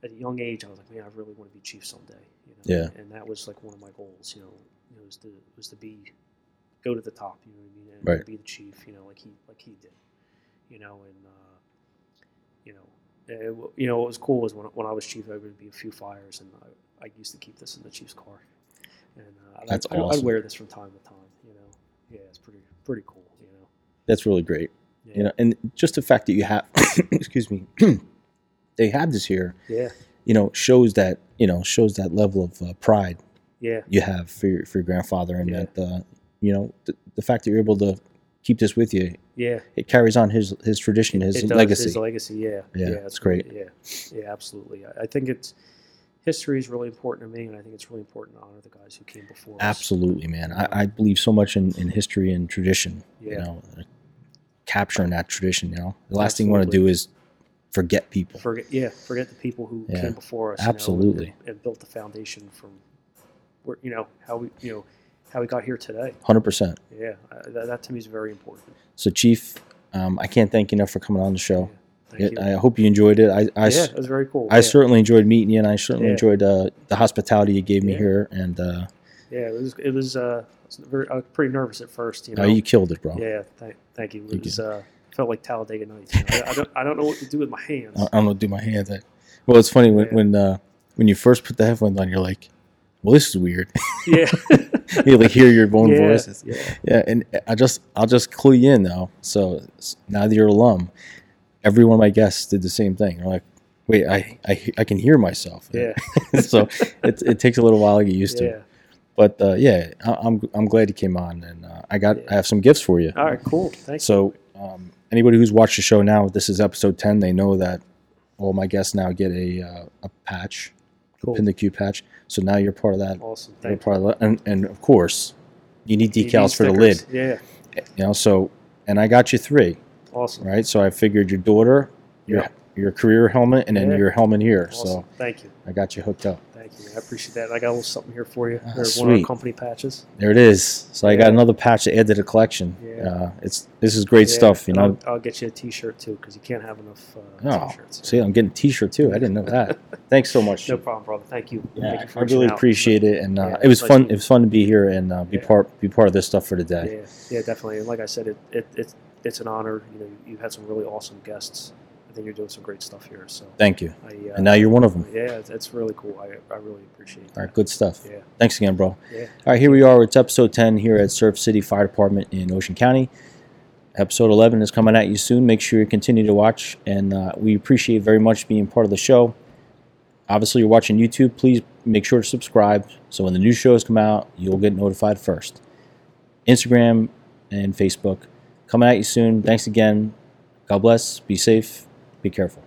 Speaker 2: at a young age I was like, man, I really want to be chief someday. You know?
Speaker 1: Yeah.
Speaker 2: And that was like one of my goals. You know, you know, was to was to be go to the top. You know what I mean? And
Speaker 1: Right.
Speaker 2: Be the chief. You know, like he like he did. You know, and uh, you know. eh, w- you know what was cool was when, when I was chief, there would be a few fires, and I, I used to keep this in the chief's car, and uh, I'd-
Speaker 1: That's
Speaker 2: I'd, I'd
Speaker 1: awesome.
Speaker 2: wear this from time to time. You know, yeah, it's pretty pretty cool. You know,
Speaker 1: That's really great.
Speaker 2: yeah,
Speaker 1: You know, and just the fact that you have, excuse me, they have this here.
Speaker 2: yeah,
Speaker 1: You know, shows that you know shows that level of uh, pride
Speaker 2: yeah,
Speaker 1: you have for your, for your grandfather, and
Speaker 2: Yeah.
Speaker 1: that uh, you know the, the fact that you're able to keep this with you,
Speaker 2: yeah.
Speaker 1: it carries on his his tradition, his
Speaker 2: it does,
Speaker 1: legacy.
Speaker 2: His legacy, yeah.
Speaker 1: Yeah, it's great.
Speaker 2: Yeah, yeah, absolutely. I, I think it's history is really important to me, and I think it's really important to honor the guys who came before. us.
Speaker 1: Absolutely, man. I, I believe so much in, in history and tradition.
Speaker 2: Yeah.
Speaker 1: You know, capturing that tradition. You know, the last thing you want to
Speaker 2: Absolutely.
Speaker 1: do is forget people.
Speaker 2: Forget, yeah, forget the people who
Speaker 1: Yeah.
Speaker 2: came before us. you know, and-
Speaker 1: Absolutely.
Speaker 2: and, built the foundation from where you know how we you know how we got here today.
Speaker 1: 100%.
Speaker 2: Yeah, uh, that, that to me is very important.
Speaker 1: So, Chief, um, I can't thank you enough for coming on the show.
Speaker 2: Thank you.
Speaker 1: I I hope you enjoyed it. I, I s-
Speaker 2: yeah, it was very cool.
Speaker 1: I
Speaker 2: yeah.
Speaker 1: certainly enjoyed meeting you, and I certainly
Speaker 2: Yeah.
Speaker 1: enjoyed uh, the hospitality you gave me
Speaker 2: Yeah.
Speaker 1: here. And uh,
Speaker 2: yeah, it was it was uh, I was very, I was pretty nervous at first. You
Speaker 1: no,
Speaker 2: know,
Speaker 1: oh, you killed it, bro.
Speaker 2: yeah, thank, thank you.
Speaker 1: You
Speaker 2: It was uh, felt like Talladega Nights. you know. I, I don't I don't know what to do with my hands.
Speaker 1: I- I'm gonna do my hand. I- Well, it's funny when
Speaker 2: Yeah.
Speaker 1: when uh, when you first put the headphones on, you're like, "Well, this is weird."
Speaker 2: yeah,
Speaker 1: you like hear your own
Speaker 2: yeah,
Speaker 1: voice. It's-
Speaker 2: yeah,
Speaker 1: Yeah, and I just I'll just clue you in now. So s- now that you're alum, every one of my guests did the same thing. They're like, "Wait, I I, he- I can hear myself."
Speaker 2: yeah,
Speaker 1: so it, it takes a little while to get used to.
Speaker 2: yeah.
Speaker 1: But uh, yeah, I, I'm I'm glad you came on, and uh, I got I have some gifts for you.
Speaker 2: All right, cool. Thanks.
Speaker 1: So, um, anybody who's watched the show now, this is episode 10. They know that all my guests now get a uh, a patch,
Speaker 2: cool.
Speaker 1: pin the Q patch. So now you're part of that.
Speaker 2: Awesome.
Speaker 1: You're
Speaker 2: Thank you.
Speaker 1: part of that. And, and of course, you need
Speaker 2: You need
Speaker 1: decals for the lid.
Speaker 2: stickers. Yeah,
Speaker 1: You know, so and I got you three,
Speaker 2: awesome.
Speaker 1: right? So I figured your daughter, your
Speaker 2: Yeah.
Speaker 1: your career helmet, and then
Speaker 2: Yeah.
Speaker 1: your helmet here.
Speaker 2: Awesome.
Speaker 1: So
Speaker 2: Thank you.
Speaker 1: I got you hooked up.
Speaker 2: Thank you. I appreciate that. I got a little something here for you.
Speaker 1: Ah,
Speaker 2: They're one of
Speaker 1: sweet.
Speaker 2: our company patches.
Speaker 1: There it is. So I
Speaker 2: Yeah.
Speaker 1: got another patch to add to the collection.
Speaker 2: Yeah.
Speaker 1: Uh, it's this is great
Speaker 2: Yeah, Um,
Speaker 1: stuff. You
Speaker 2: and
Speaker 1: know,
Speaker 2: I'll, I'll get you a T-shirt too because you can't have enough uh,
Speaker 1: Oh,
Speaker 2: T-shirts.
Speaker 1: see, I'm getting a T-shirt too. I didn't know that. Thanks so much.
Speaker 2: no problem, brother. Thank you. Thank
Speaker 1: Yeah,
Speaker 2: you for
Speaker 1: I really
Speaker 2: reaching out.
Speaker 1: appreciate it, and uh,
Speaker 2: Yeah,
Speaker 1: it was
Speaker 2: like-
Speaker 1: fun. It was fun to be here and uh, be
Speaker 2: Yeah.
Speaker 1: part be part of this stuff for today.
Speaker 2: Yeah, yeah, definitely. And like I said, it, it it's it's an honor. You know, you, you had some really awesome guests. I think you're doing some great stuff here. So
Speaker 1: Thank you,
Speaker 2: I, uh,
Speaker 1: and now you're one of them.
Speaker 2: yeah, it's, it's really cool. I, I really appreciate
Speaker 1: All right,
Speaker 2: that.
Speaker 1: good stuff.
Speaker 2: Yeah.
Speaker 1: Thanks again, bro.
Speaker 2: Yeah.
Speaker 1: All right, here we are. It's episode 10 here at Surf City Fire Department in Ocean County. Episode 11 is coming at you soon. Make sure you continue to watch, and uh, we appreciate very much being part of the show. Obviously, you're watching YouTube. Please make sure to subscribe so when the new shows come out, you'll get notified first. Instagram and Facebook coming at you soon. Thanks again. God bless. Be safe. Be careful.